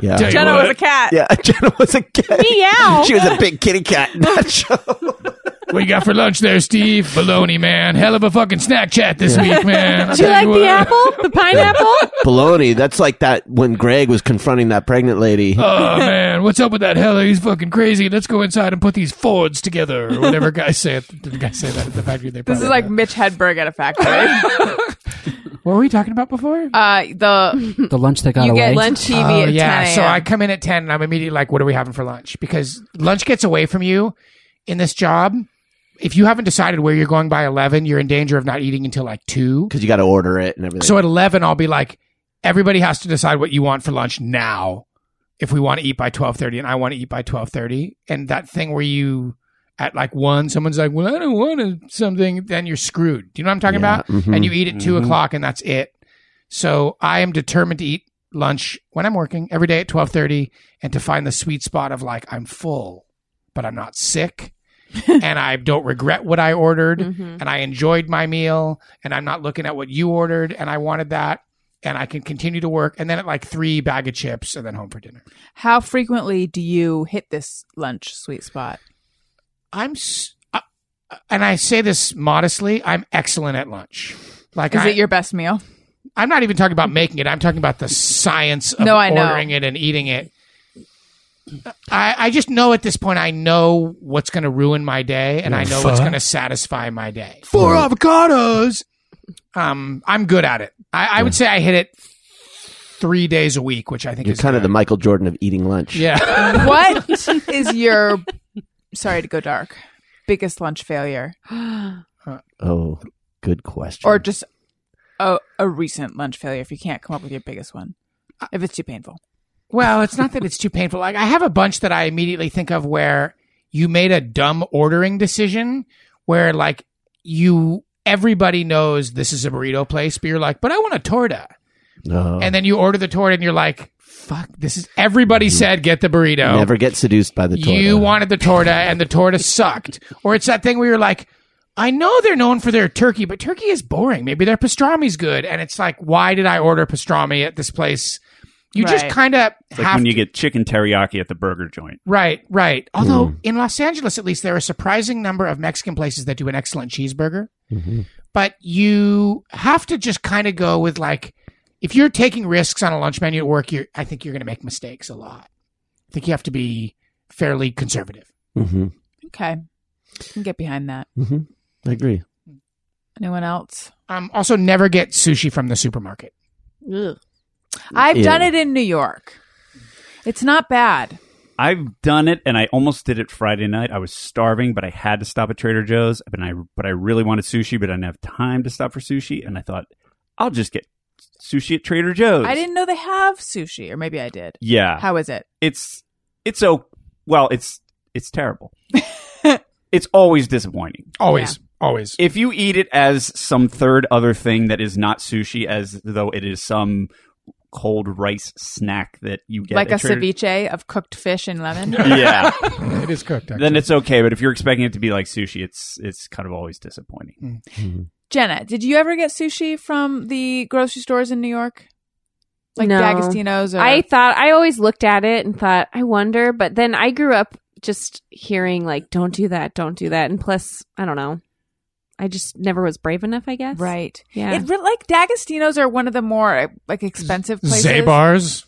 yeah.
Tell you
Jenna
what.
was a cat.
yeah, Jenna was a cat.
Meow.
She was a big kitty cat in that show.
What you got for lunch there, Steve? Baloney, man. Hell of a fucking snack chat this week, man. I'll
Do you
tell
like
what.
the apple? The pineapple?
Baloney. That's like that when Greg was confronting that pregnant lady.
Oh man, what's up with that Heller? He's fucking crazy. Let's go inside and put these Fords together, or whatever guys say. It. Did the guy say that at the factory? They
This is like Mitch Hedberg at a factory.
what were we talking about before?
uh, the
the lunch that got
you
away.
get lunch TV
oh
at 10
yeah.
a.m.
So I come in at ten, and I'm immediately like, "What are we having for lunch?" Because lunch gets away from you in this job. If you haven't decided where you're going by eleven, you're in danger of not eating until like two.
Because you got to order it and everything.
So at eleven, I'll be like, "Everybody has to decide what you want for lunch now." If we want to eat by twelve thirty, and I want to eat by twelve thirty, and that thing where you at like one, someone's like, "Well, I don't want to something," then you're screwed. Do you know what I'm talking
Yeah,
about?
mhm.
And you eat at 2
Mhm.
o'clock, and that's it. So I am determined to eat lunch when I'm working every day at twelve thirty, and to find the sweet spot of like I'm full, but I'm not sick. and I don't regret what Mm-hmm. I
Mm-hmm.
ordered, and I enjoyed my meal, and I'm not looking at what you ordered, and I wanted that. and I can continue to work. And then at like three, bag of chips, and then home for dinner.
How frequently do you hit this lunch sweet spot?
I'm, s- I- and I say this modestly, I'm excellent at lunch. Like
Is
I,
it your best meal?
I'm not even talking about making it. I'm talking about the science of
No, I know.
ordering it and eating it. I, I just know at this point I know what's going to ruin my day and I know what's going to satisfy my day. Four avocados. Um, I'm good at it. I, I would say I hit it three days a week, which I think
You're
is
kind of the
good.
Michael Jordan of eating lunch.
yeah.
What is your sorry to go dark biggest lunch failure
Oh, good question.
or just a, a recent lunch failure if you can't come up with your biggest one if it's too painful?
Well, it's not that it's too painful. Like I have a bunch that I immediately think of where you made a dumb ordering decision where like you everybody knows this is a burrito place, but you're like, but I want a torta.
Oh.
And then you order the torta and you're like, fuck, this is everybody said get the burrito.
Never get seduced by the toy.
You wanted the torta and the torta sucked. Or it's that thing where you're like, I know they're known for their turkey, but turkey is boring. Maybe their pastrami's good. And it's like, why did I order pastrami at this place? You just
Right.
kind of
It's like
have
when you
to-
get chicken teriyaki at the burger joint.
Right, right. Although in Los Angeles, at least, there are a surprising number of Mexican places that do an excellent cheeseburger.
Mm-hmm.
But you have to just kind of go with like, if you're taking risks on a lunch menu at work, you're, I think you're going to make mistakes a lot. I think you have to be fairly conservative.
hmm
Okay, I can get behind that.
hmm I agree.
Anyone else?
Um, also, never get sushi from the supermarket.
I've
Yeah.
done it in New York. It's not bad.
I've done it, and I almost did it Friday night. I was starving, but I had to stop at Trader Joe's. But I but I really wanted sushi, but I didn't have time to stop for sushi, and I thought I'll just get sushi at Trader Joe's.
I didn't know they have sushi, or maybe I did.
Yeah,
How is it?
it's it's so well. It's it's terrible. it's always disappointing.
Always, always.
if you eat it as some third other thing that is not sushi, as though it is some cold rice snack that you get
like a
at Trader-
ceviche of cooked fish and lemon.
yeah,
it is cooked. Actually.
then it's okay. But if you're expecting it to be like sushi, it's it's kind of always disappointing.
Jenna, did you ever get sushi from the grocery stores in New York? Like
No.
D'Agostino's or
I thought I always looked at it and thought, I wonder, but then I grew up just hearing like, don't do that, don't do that, and plus, I don't know, I just never was brave enough, I guess.
Right.
Yeah.
It really, like D'Agostino's are one of the more uh, like expensive places.
Zabars.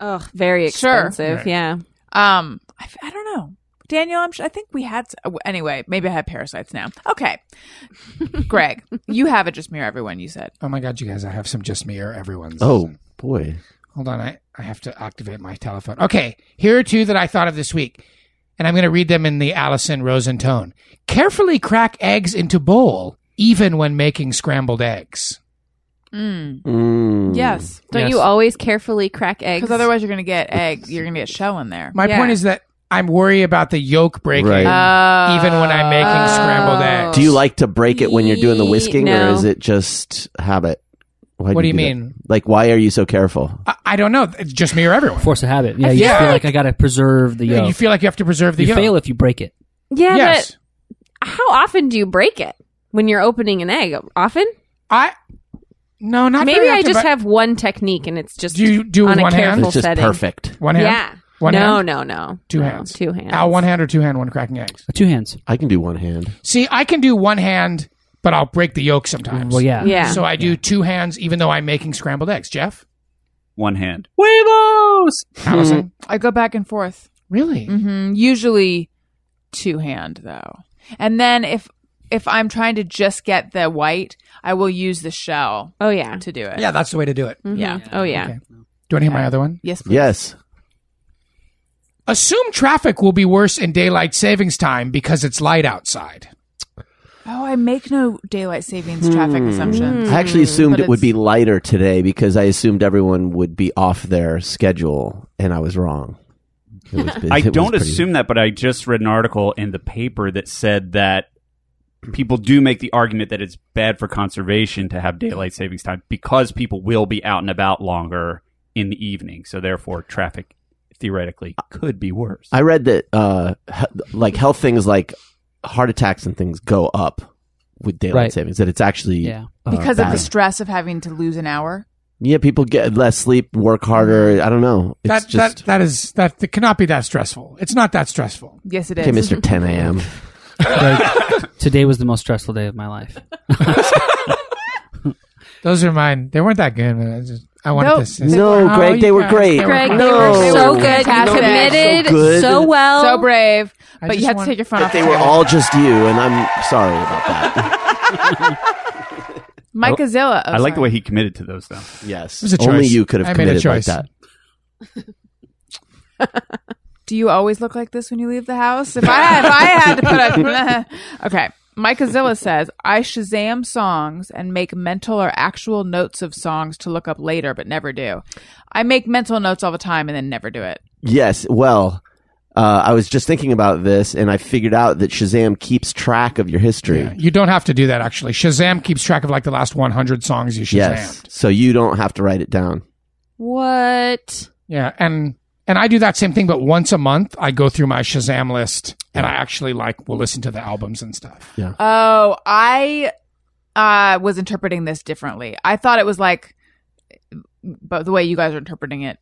Ugh, very
Sure.
expensive.
Right.
Yeah.
Um, I, f- I don't know. Daniel, I'm sure, I think we had s- oh, anyway. Maybe I had parasites now. Okay, Greg, you have it. Just mirror everyone. You said
Oh my God, you guys, I have some just me or everyone's.
Oh boy.
Hold on, I, I have to activate my telephone. Okay, here are two that I thought of this week, and I'm going to read them in the Allison Rosen tone. Carefully crack eggs into bowl, even when making scrambled eggs.
Mm.
yes,
Don't
Yes.
you always carefully crack eggs?
because otherwise you're gonna get egg. You're gonna get shell in there.
My
Yeah.
point is that I'm worried about the yolk breaking,
Right.
Uh,
even when I'm making
Oh.
scrambled eggs.
Do you like to break it when you're doing the
Ye-
whisking, or
no.
is it just habit? Why
What do you
that?
mean?
Like, why are you so careful?
I, I don't know. It's just me or everyone.
Force of habit. Yeah, you just
Yeah.
feel like I gotta preserve the yolk.
You feel like you have to preserve the
You
yolk.
fail if you break it.
yeah,
yes.
but how often do you break it when you're opening an egg? Often?
I. No, not
Maybe
very
I
often,
just
but
have one technique and it's just
Do you do it
on
with
a
one hand?
careful
Full
It's just
setting.
perfect.
one hand.
Yeah.
One
no,
hand?
no, no.
Two
No,
hands.
Two hands.
Al, one hand or two hand when cracking eggs.
Uh, Two hands.
I can do one hand.
See, I can do one hand, but I'll break the yolk sometimes.
Well, yeah.
Yeah.
So I do two hands, even though I'm making scrambled eggs. Jeff,
One hand.
Huevos!
Allison,
I go back and forth.
really?
hmm Usually two hand though, and then if if I'm trying to just get the white, I will use the shell
Oh yeah.
to do it.
Yeah, that's the way to do it. Do
Mhm.
Yeah.
Oh yeah.
Okay. you want to hear my other one?
Yes. Please.
Yes.
Assume traffic will be worse in daylight savings time because it's light outside.
Oh, I make no daylight savings traffic
Hmm.
assumptions.
I actually assumed
But
it would be
it's-
lighter today because I assumed everyone would be off their schedule, and I was wrong. It was-
I
it was
don't
pretty-
assume that, but I just read an article in the paper that said that people do make the argument that it's bad for conservation to have daylight savings time because people will be out and about longer in the evening, so therefore traffic theoretically could be worse.
I read that uh, he- like health things like heart attacks and things go up with daylight
Right.
savings. That it's actually
Yeah.
uh,
because of
bad.
the stress of having to lose an hour.
Yeah, people get less sleep, work harder. I don't know. It's
That,
just
that that is that it cannot be that stressful. It's not that stressful.
Yes, it is.
okay, Mister Ten AM.
Like, today was the most stressful day of my life.
Those are mine. They weren't that good. But I just I wanted
Nope.
this. this-
No,
Oh,
Greg,
you
they were
guys,
great.
they were
Greg, they
no.
were so good,
Fantastic.
committed,
So
so,
good.
well.
So brave,
I
but you
just
had to
want-
take your phone
But
off.
they
the
were
table.
all just you, and I'm sorry about that. Oh.
Mike Azilla.
I like the way he committed to those, though.
Yes,
was a
only
choice.
you could
I
have
made a
committed like
choice.
that.
Do you always look like this when you leave the house? If I if I had to put up, okay. Mike Azilla says I Shazam songs and make mental or actual notes of songs to look up later, but never do. I make mental notes all the time and then never do it.
Yes. Well, uh, I was just thinking about this, and I figured out that Shazam keeps track of your history.
You don't have to do that actually. Shazam keeps track of like the last 100 songs you Shazammed.
yes. So you don't have to write it down.
what?
Yeah, and and I do that same thing, but once a month I go through my Shazam list and I actually like will listen to the albums and stuff.
Oh, I uh, was interpreting this differently. I thought it was like, but the way you guys are interpreting it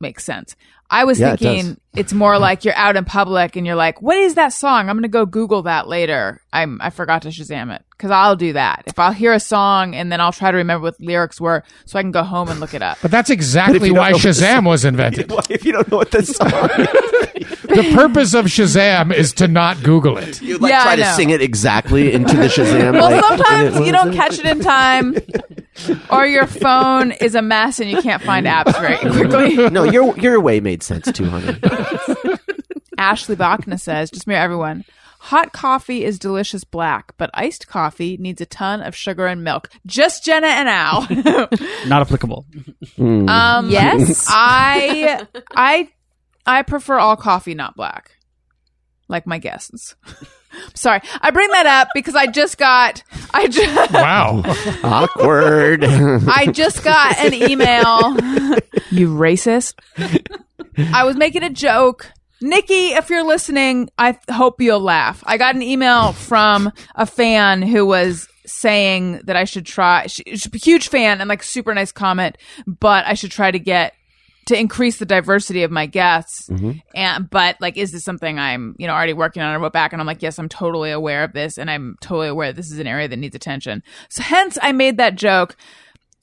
makes sense. I was
Yeah, it
thinking
does.
it's more like you're out in public and you're like, "What is that song?" I'm gonna go Google that later. I'm I forgot to Shazam it because I'll do that if I'll hear a song and then I'll try to remember what the lyrics were so I can go home and look it up.
But that's exactly
you don't
why
know what this-
Shazam was invented.
if you don't know what this song is,
the purpose of Shazam is to not Google it.
you like
Yeah,
try
I
to
know.
sing it exactly into the Shazam.
Well,
like,
sometimes you don't catch it in time, or your phone is a mess and you can't find apps very quickly.
No, your your way made sense, two hundred.
Ashley Bachna says, just mirror everyone. Hot coffee is delicious black, but iced coffee needs a ton of sugar and milk. Just Jenna and Al.
Not applicable.
um,
Yes.
I I I prefer all coffee, not black. Like my guests. Sorry, I bring that up because I just got I just
Wow.
Awkward.
I just got an email. you racist. I was making a joke. Nikki, if you're listening, I th- hope you'll laugh. I got an email from a fan who was saying that I should try. She, she's a huge fan and like super nice comment, but I should try to get to increase the diversity of my guests. And but like, is this something I'm you know already working on? I wrote back and I'm like, yes, I'm totally aware of this, and I'm totally aware this is an area that needs attention. So hence, I made that joke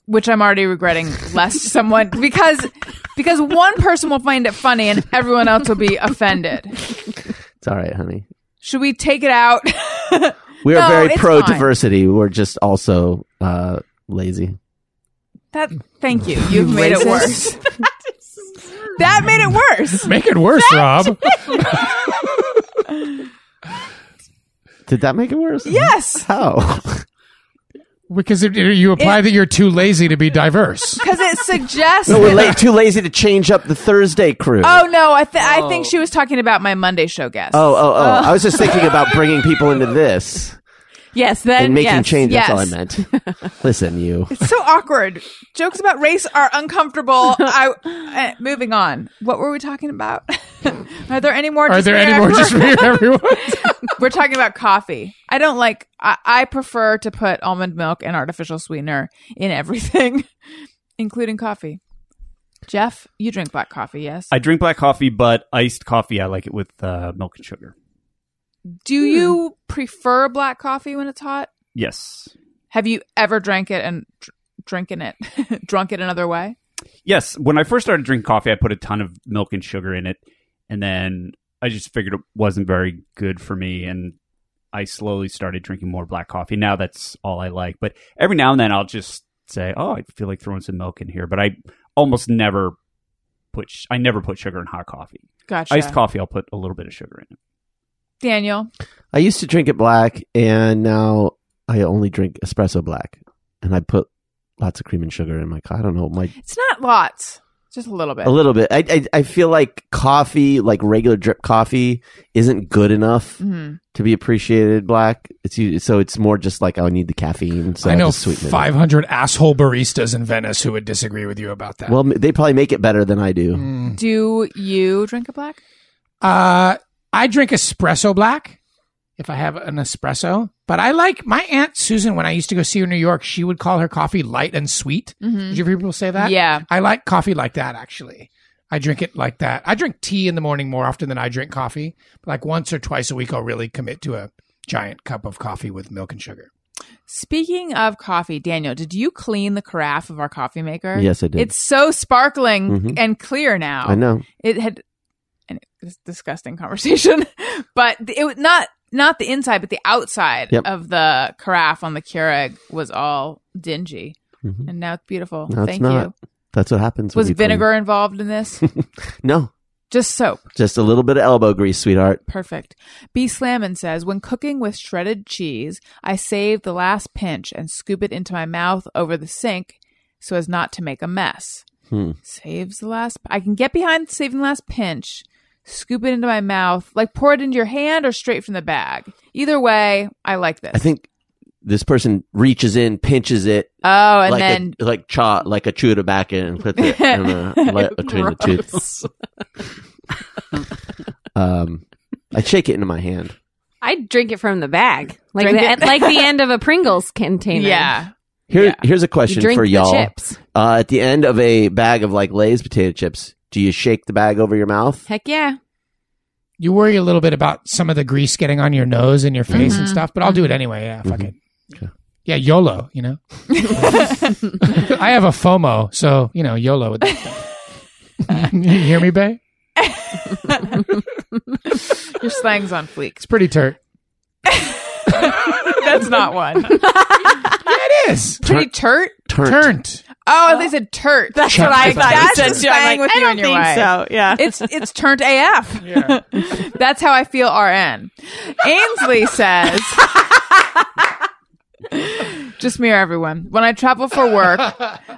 which I'm already regretting lest someone because because one person will find it funny and everyone else will be offended.
it's all right, honey.
Should we take it out?
We are
No,
very
it's
pro
fine.
diversity. We're just also uh, lazy.
that thank you. You've made it worse. that made it worse.
Make it worse, Rob.
Did that make it worse?
Yes.
How?
Because it, you apply
It-
that you're too lazy to be diverse.
Because it suggests
No, we're
that-
la- too lazy to change up the Thursday crew.
Oh no, I th- I think she was talking about my Monday show guest.
Oh, oh, oh. I was just thinking about bringing people into this
Yes, then
and making
yes,
change. That's all I
yes.
meant. Listen, you.
It's so awkward. Jokes about race are uncomfortable. I, uh, moving on. What were we talking about? are there any more?
Are
just
there any
there?
more just for everyone?
We're talking about coffee. I don't like. I, I prefer to put almond milk and artificial sweetener in everything, including coffee. Jeff, you drink black coffee, yes?
I drink black coffee, but iced coffee, I like it with uh, milk and sugar.
Do you prefer black coffee when it's hot?
Yes.
Have you ever drank it and dr- drinking it, drunk it another way?
Yes. When I first started drinking coffee, I put a ton of milk and sugar in it. And then I just figured it wasn't very good for me. And I slowly started drinking more black coffee. Now that's all I like. But every now and then I'll just say, oh, I feel like throwing some milk in here. But I almost never put, sh- I never put sugar in hot coffee.
Gotcha.
Iced coffee, I'll put a little bit of sugar in it.
Daniel,
I used to drink it black, and now I only drink espresso black. And I put lots of cream and sugar in my coffee. I don't know. My,
it's not lots, just a little bit.
a little bit. I, I, I feel like coffee, like regular drip coffee, isn't good enough
Mhm.
to be appreciated black. It's u- So it's more just like, oh, I need the caffeine. So
I know
just sweeten it.
500 asshole baristas in Venice who would disagree with you about that.
Well, m- they probably make it better than I do.
Mm.
Do you drink a black?
uh, I drink espresso black. if I have an espresso. But I like my aunt Susan. When I used to go see her in New York, she would call her coffee light and sweet. Did you hear people say that?
Mm-hmm. Yeah.
I like coffee like that. Actually, I drink it like that. I drink tea in the morning more often than I drink coffee. Like once or twice a week, I'll really commit to a giant cup of coffee with milk and sugar.
Speaking of coffee, Daniel, did you clean the carafe of our coffee maker?
Yes, I did.
It's so sparkling
Mhm.
and clear now.
I know.
It had and it was a disgusting conversation, but the- it was not not the inside, but the outside
Yep.
of the carafe on the Keurig was all dingy,
Mhm.
and now it's beautiful.
No, it's
Thank
not.
you.
That's what happens. when
Was
you clean.
vinegar involved in this?
No,
Just soap.
just a little bit of elbow grease, sweetheart.
Perfect. B. Slammin says, when cooking with shredded cheese, I save the last pinch and scoop it into my mouth over the sink so as not to make a mess.
Hmm.
Saves the last. I can get behind saving the last pinch. Scoop it into my mouth, like pour it into your hand or straight from the bag. Either way, I like this.
I think this person reaches in, pinches it,
Oh, and
like
then
a, like chaw, like a chew tobacco, and puts it in a, let, between the teeth.
Gross.
Um, I shake it into my hand.
I drink it from the bag, like
Drink
the,
it.
like the end of a Pringles container.
yeah,
Here,
Yeah.
here's a
you
question
drink
for
the
y'all.
chips.
Uh, at the end of a bag of like Lay's potato chips, do you shake the bag over your mouth?
Heck yeah,
You worry a little bit about some of the grease getting on your nose and your face
Mm-hmm.
and stuff, but I'll do it anyway. Yeah,
Mm-hmm.
fuck it. Yeah, YOLO, you know? I have a FOMO, so, you know, YOLO with that stuff. you hear me, Bay?
your slang's on fleek.
It's pretty turt.
That's not one.
It is.
Pretty turt.
Turn.
Turnt.
Oh, they said turt. That's
what I thought you
That's
said,
the
too. I'm like,
slang with
I
you
don't
and your
think
wife.
so. Yeah.
It's it's turned AF.
Yeah.
That's how I feel RN. Ainsley says Just mirror everyone. When I travel for work,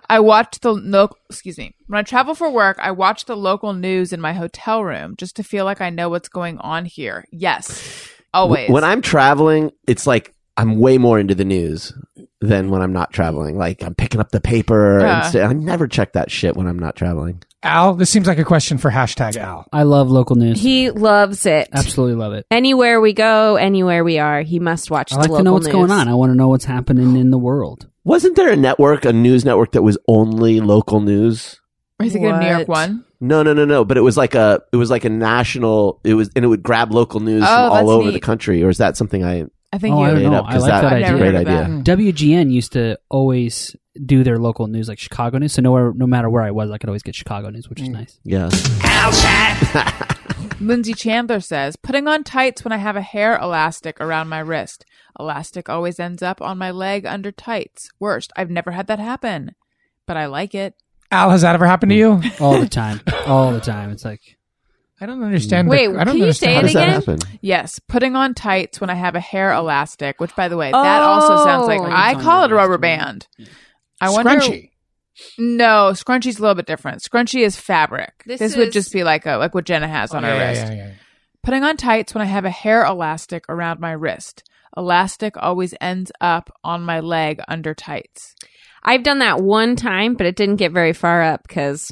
I watch the no, excuse me. When I travel for work, I watch the local news in my hotel room just to feel like I know what's going on here. Yes. Always.
When I'm traveling, it's like I'm way more into the news than when I'm not traveling. Like I'm picking up the paper
Yeah.
and st- I never check that shit when I'm not traveling.
Al, this seems like a question for hashtag Al.
I love local news.
he loves it.
Absolutely love it.
Anywhere we go, anywhere we are, he must watch.
I like
the
to know
local
what's going
news.
on. I want to know what's happening in the world.
Wasn't there a network, a news network that was only local news?
Is it going to New York
What?
one?
No, no, no, no. But it was like a, it was like a national. It was, and it would grab local news
Oh,
from all
that's
over
neat.
the country. Or is that something I
I think
Oh,
you
I don't
made
know.
up?
I like that
that's
idea.
a great
Never heard of
idea.
that.
Mm.
WGN used to always do their local news, like Chicago news. So nowhere, no matter where I was, I could always get Chicago news,
Mm.
which is nice.
Yeah.
Lindsay Chandler says, putting on tights when I have a hair elastic around my wrist. Elastic always ends up on my leg under tights. Worst. I've never had that happen, but I like it.
Al, has that ever happened to you?
All the time, all the time. It's like
I don't understand. the-
Wait,
I don't
can you
understand
say
How
it
how
does
this-
that
again?
happen?
Yes, putting on tights when I have a hair elastic, which by the way, that also sounds like
Oh.
I call it a rubber band. I wonder
Scrunchy.
No, scrunchie's a little bit different. Scrunchy is fabric. This,
This
would
is-
just be like a like what Jenna has on her
Yeah, yeah,
wrist.
yeah, yeah, yeah.
Putting on tights when I have a hair elastic around my wrist. Elastic always ends up on my leg under tights.
I've done that one time, but it didn't get very far up because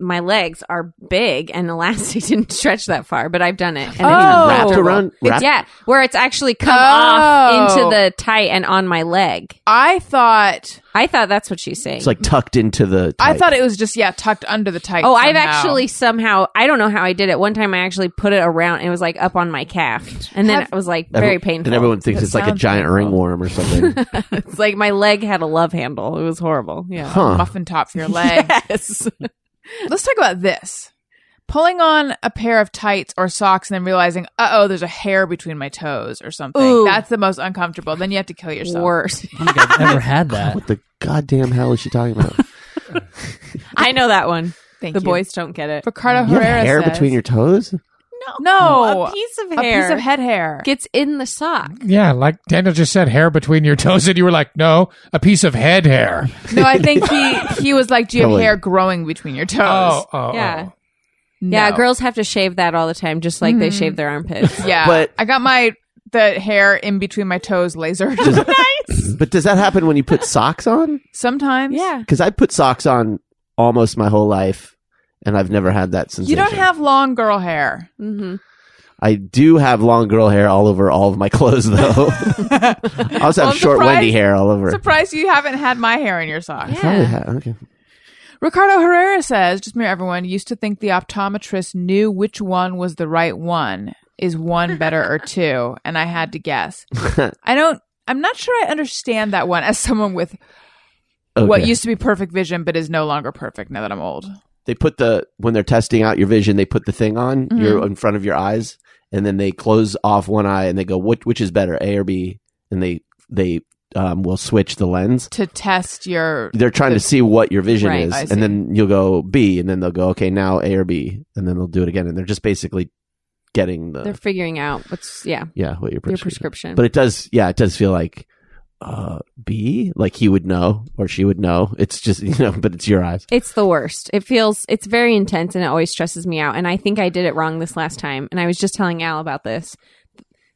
my legs are big and elastic didn't stretch that far. But I've done it. And
Oh.
it's
Wrapped
uncomfortable.
around.
It's,
Wrapped,
yeah, where it's actually come
Oh.
off into the tight and on my leg.
I thought
I thought that's what she's saying.
It's like tucked into the.
I
tight.
thought it was just yeah tucked under the tights.
oh, I've
somehow.
actually somehow I don't know how I did it. One time I actually put it around and it was like up on my calf, and then
Have-
it was like
Every-
very painful.
And everyone thinks
That
it's like a
sounds
giant
painful.
ringworm or something.
it's like my leg had a love handle. It was horrible. Yeah.
huh.
muffin top for your leg.
Yes.
Let's talk about this. Pulling on a pair of tights or socks and then realizing, uh oh, there's a hair between my toes or something.
Ooh.
That's the most uncomfortable. Then you have to kill yourself.
Worse.
I don't think I've ever had that.
What the goddamn hell is she talking about?
I know that one.
Thank
the
you.
boys don't get it.
Ricardo
you have
Herrera
hair
says-
between your toes?
no
Oh, a
a piece,
piece of hair
of head hair.
gets in the sock.
Yeah, like Daniel just said, hair between your toes, and you were like, no, a piece of head hair.
no, I think he he was like, do you have
Probably.
hair growing between your toes?
Oh, oh,
Yeah.
oh.
Yeah,
No.
girls have to shave that all the time, just like they shave their armpits.
Yeah,
But-
I got my the hair in between my toes lasered.
But does that happen when you put socks on?
Sometimes,
yeah.
Because I put socks on almost my whole life, and I've never had that sensation.
You don't have long girl hair.
Mm-hmm.
I do have long girl hair all over all of my clothes, though. I also
Well,
have
I'm
short Wendy
surprised-
hair all over.
Surprised you haven't had my hair in your sock.
Probably ha- okay.
Ricardo Herrera says, just mirror everyone, used to think the optometrist knew which one was the right one. Is one better or two? And I had to guess. I don't, I'm not sure I understand that one as someone with what
Okay.
used to be perfect vision, but is no longer perfect now that I'm old.
they put the when they're testing out your vision, they put the thing on you're in front of your eyes, and then they close off one eye and they go, "Which which is better, A or B?" And they they um, will switch the lens.
To test your,
They're trying to
The-
see what your vision
Right,
is,
I see.
and then you'll go B, and then they'll go, "Okay, now A or B," and then they'll do it again, and they're just basically getting the
They're figuring out what's yeah
yeah what your
your
prescription.
prescription.
But it does, yeah, it does feel like uh B, like he would know or she would know. It's just you know, but it's your eyes.
It's the worst. It feels it's very intense and it always stresses me out. And I think I did it wrong this last time. And I was just telling Al about this.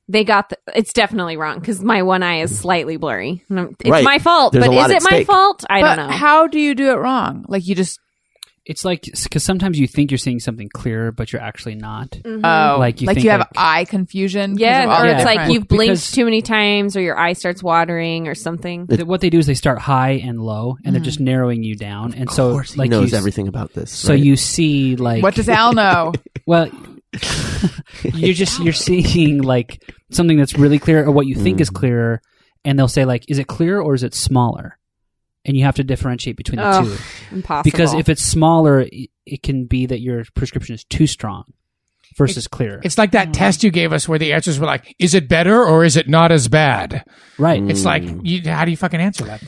They got the, it's definitely wrong because my one eye is slightly blurry. And I'm- It's
Right.
my fault,
There's a
but
lot
is
at
it my
stake.
fault? I
but
don't know.
how do you do it wrong? Like you just,
It's like because sometimes you think you're seeing something clearer, but you're actually not.
Mm.
oh, like
Like
you,
you think,
have
like-
eye confusion. 'cause of
Mm-hmm. yeah,
all
or
the
it's like
different-
you've blinked
Because-
too many times, or your eye starts watering, or something.
Th- what they do is they start high and low, and they're just narrowing you down. And so,
Mm-hmm. course, he
like
knows
you, s-
everything about this.
So
right?
you see, like,
what does Al know?
well, you're just you're seeing like something that's really clear, or what you think is
Mm.
clearer, and they'll say like, is it clearer or is it smaller? And you have to differentiate between the
Ugh,
two
impossible.
because if it's smaller, i- it can be that your prescription is too strong versus clearer.
It's like
Mm-hmm.
that test you gave us where the answers were like, is it better or is it not as bad?
right.
It's like, you, how do you fucking answer that?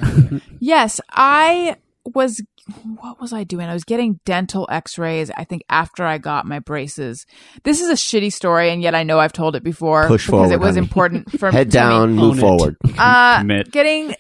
Yes, I was. What was I doing? I was getting dental x rays, I think, after I got my braces. This is a shitty story, and yet I know I've told it before.
Push
because
forward,
it was
honey.
important for
head
to me.
down, move
it.
forward.
Uh,
Commit.
getting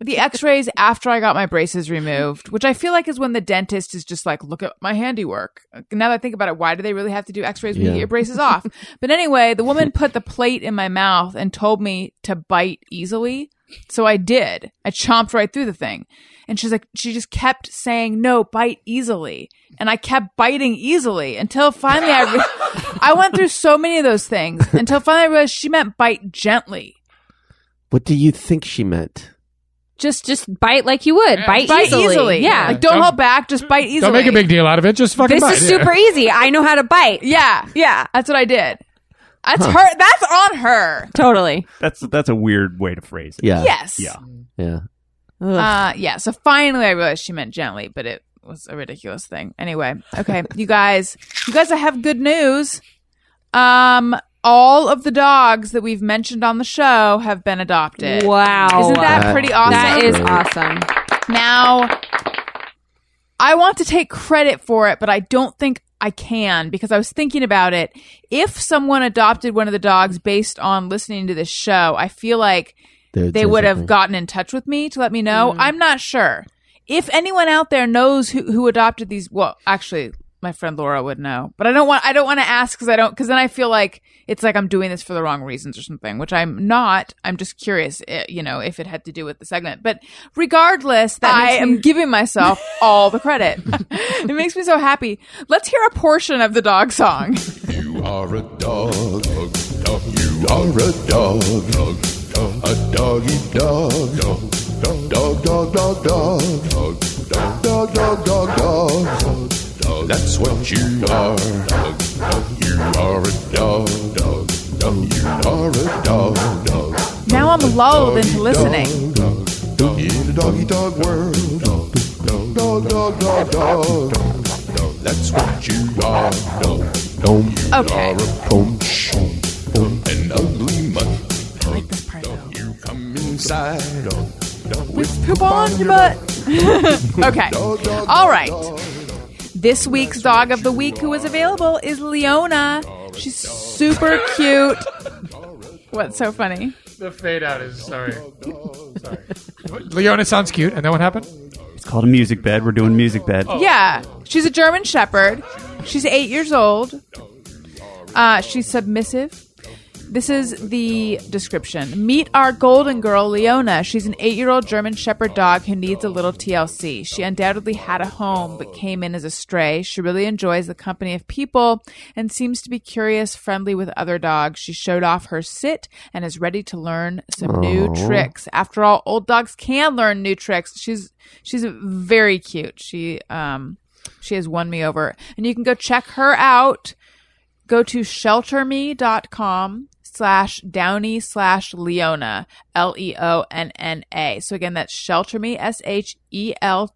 the x rays after I got my braces removed, which I feel like is when the dentist is just like, look at my handiwork. Now that I think about it, why do they really have to do x rays when
Yeah.
you get your braces off? But anyway, the woman put the plate in my mouth and told me to bite easily. So I did. I chomped right through the thing. And she's like, she just kept saying, no, bite easily. And I kept biting easily until finally I, re- I went through so many of those things until finally I realized she meant bite gently.
What do you think she meant?
just just bite like you would bite,
bite
easily.
easily.
Yeah,
Like, don't
Don't-
hold back. Just bite easily.
Don't make a big deal out of it. Just fucking
this
bite.
is
Yeah.
super easy. I know how to bite.
Yeah.
Yeah,
That's what I did. That's her. That's on her.
totally.
That's that's a weird way to phrase it.
Yeah,
Yes.
Yeah.
yeah.
Uh, yeah. So finally, I realized she meant gently, but it was a ridiculous thing. Anyway. Okay. you guys, you guys, I have good news. Um, all of the dogs that we've mentioned on the show have been adopted.
Wow,
Isn't that
That
pretty
is-
awesome?
that is
Great.
awesome.
Now, I want to take credit for it, but I don't think I can because I was thinking about it. If someone adopted one of the dogs based on listening to this show, I feel like
They would
they
say
would have
something.
gotten in touch with me to let me know. I'm not sure. If anyone out there knows who, who adopted these, well, actually, my friend Laura would know, but I don't want I don't want to ask because I don't because then I feel like it's like I'm doing this for the wrong reasons or something, which I'm not. I'm just curious, eh, you know, if it had to do with the segment. But regardless, I am giving myself all the credit. it makes me so happy. Let's hear a portion of the dog song.
You are a dog, dog, dog. You are a dog, dog, dog. A doggy dog, dog, dog, dog, dog, dog, dog, dog, dog, dog, dog, dog, dog. That's what you are, dog, dog. You are a dog, dog, dog. You are a dog, dog.
now I'm lulled into listening.
Dog, dog, in a doggy dog world, dog, dog, dog, dog, dog, dog. dog. That's what you are, dog, dog. You
Okay.
are a punch, an ugly mutt.
Like this part though.
You come inside, dog, dog, with
poop on your butt. okay. All right. This week's dog of the week who is available is Leona. She's super cute. What's so funny?
The fade out is sorry. sorry. Leona sounds cute, and then what happened?
It's called a music bed. We're doing music bed.
Yeah. She's a German Shepherd. She's eight years old. Uh, she's submissive. This is the description. Meet our golden girl, Leona. She's an eight year old German Shepherd dog who needs a little TLC. She undoubtedly had a home, but came in as a stray. She really enjoys the company of people and seems to be curious, friendly with other dogs. She showed off her sit and is ready to learn some new tricks. After all, old dogs can learn new tricks. She's she's very cute. She um she has won me over. And you can go check her out go to shelterme.com slash downy slash leona E l-e-o-n-n-a so again that's shelterme E s-h-e-l-t-e-r-m-e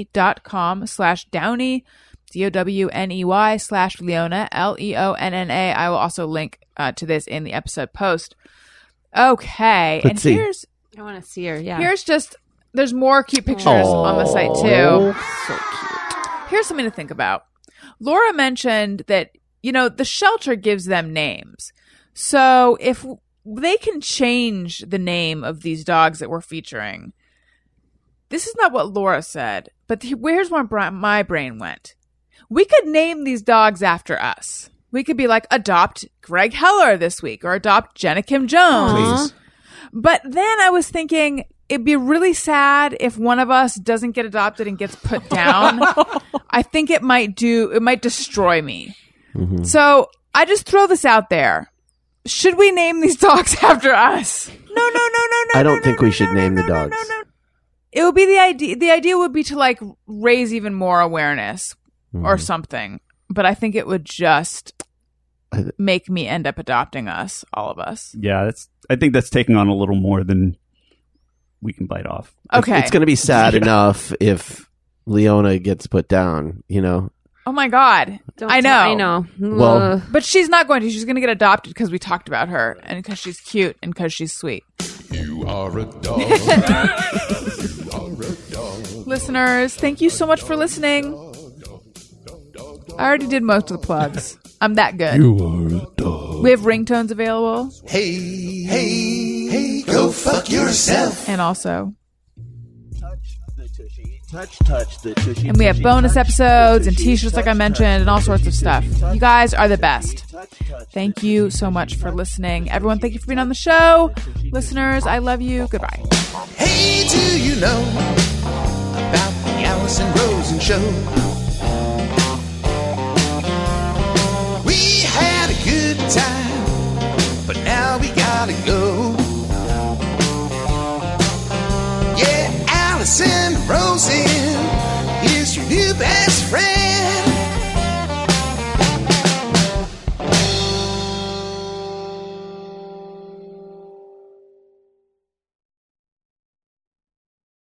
E dot com slash downy d-o-w-n-e-y E slash leona E l-e-o-n-n-a i will also link uh, to this in the episode post okay and
Let's see.
here's
I want to see her. Yeah.
here's just there's more cute pictures on the site too here's something to think about. Laura mentioned that, you know, the shelter gives them names. So if w- they can change the name of these dogs that we're featuring, this is not what Laura said, but the- where's where bra- my brain went. We could name these dogs after us. We could be like, adopt Greg Heller this week or adopt Jenna Kim Jones.
Please.
But then I was thinking it'd be really sad if one of us doesn't get adopted and gets put down. I think it might do it might destroy me.
Mm-hmm.
So I just throw this out there. Should we name these dogs after us? No, no, no, no, no.
I don't
no,
think
no,
we should
no,
name
no,
the
no, no,
dogs.
no, no. It would be the idea. The idea would be to like raise even more awareness or
Mm-hmm.
something. But I think it would just make me end up adopting us, all of us.
Yeah, that's. I think that's taking on a little more than we can bite off.
Okay.
It's going to be sad enough if Leona gets put down, you know?
oh my god.
Don't
I know.
tell- I know.
Well-
Ugh.
But she's not going to. She's going to get adopted because we talked about her and because she's cute and because she's sweet.
You are a dog. you are a dog.
Listeners, thank you so much for listening. I already did most of the plugs. I'm that good.
You are a dog.
We have ringtones available
Hey, hey, hey, go fuck yourself.
and also.
Touch, touch the tushy.
And we have bonus episodes and t shirts, like I mentioned, and all sorts of stuff. You guys are the best. Thank you so much for listening. Everyone, thank you for being on the show. Listeners, I love you. Goodbye.
Hey, do you know about the Allison Rosen show?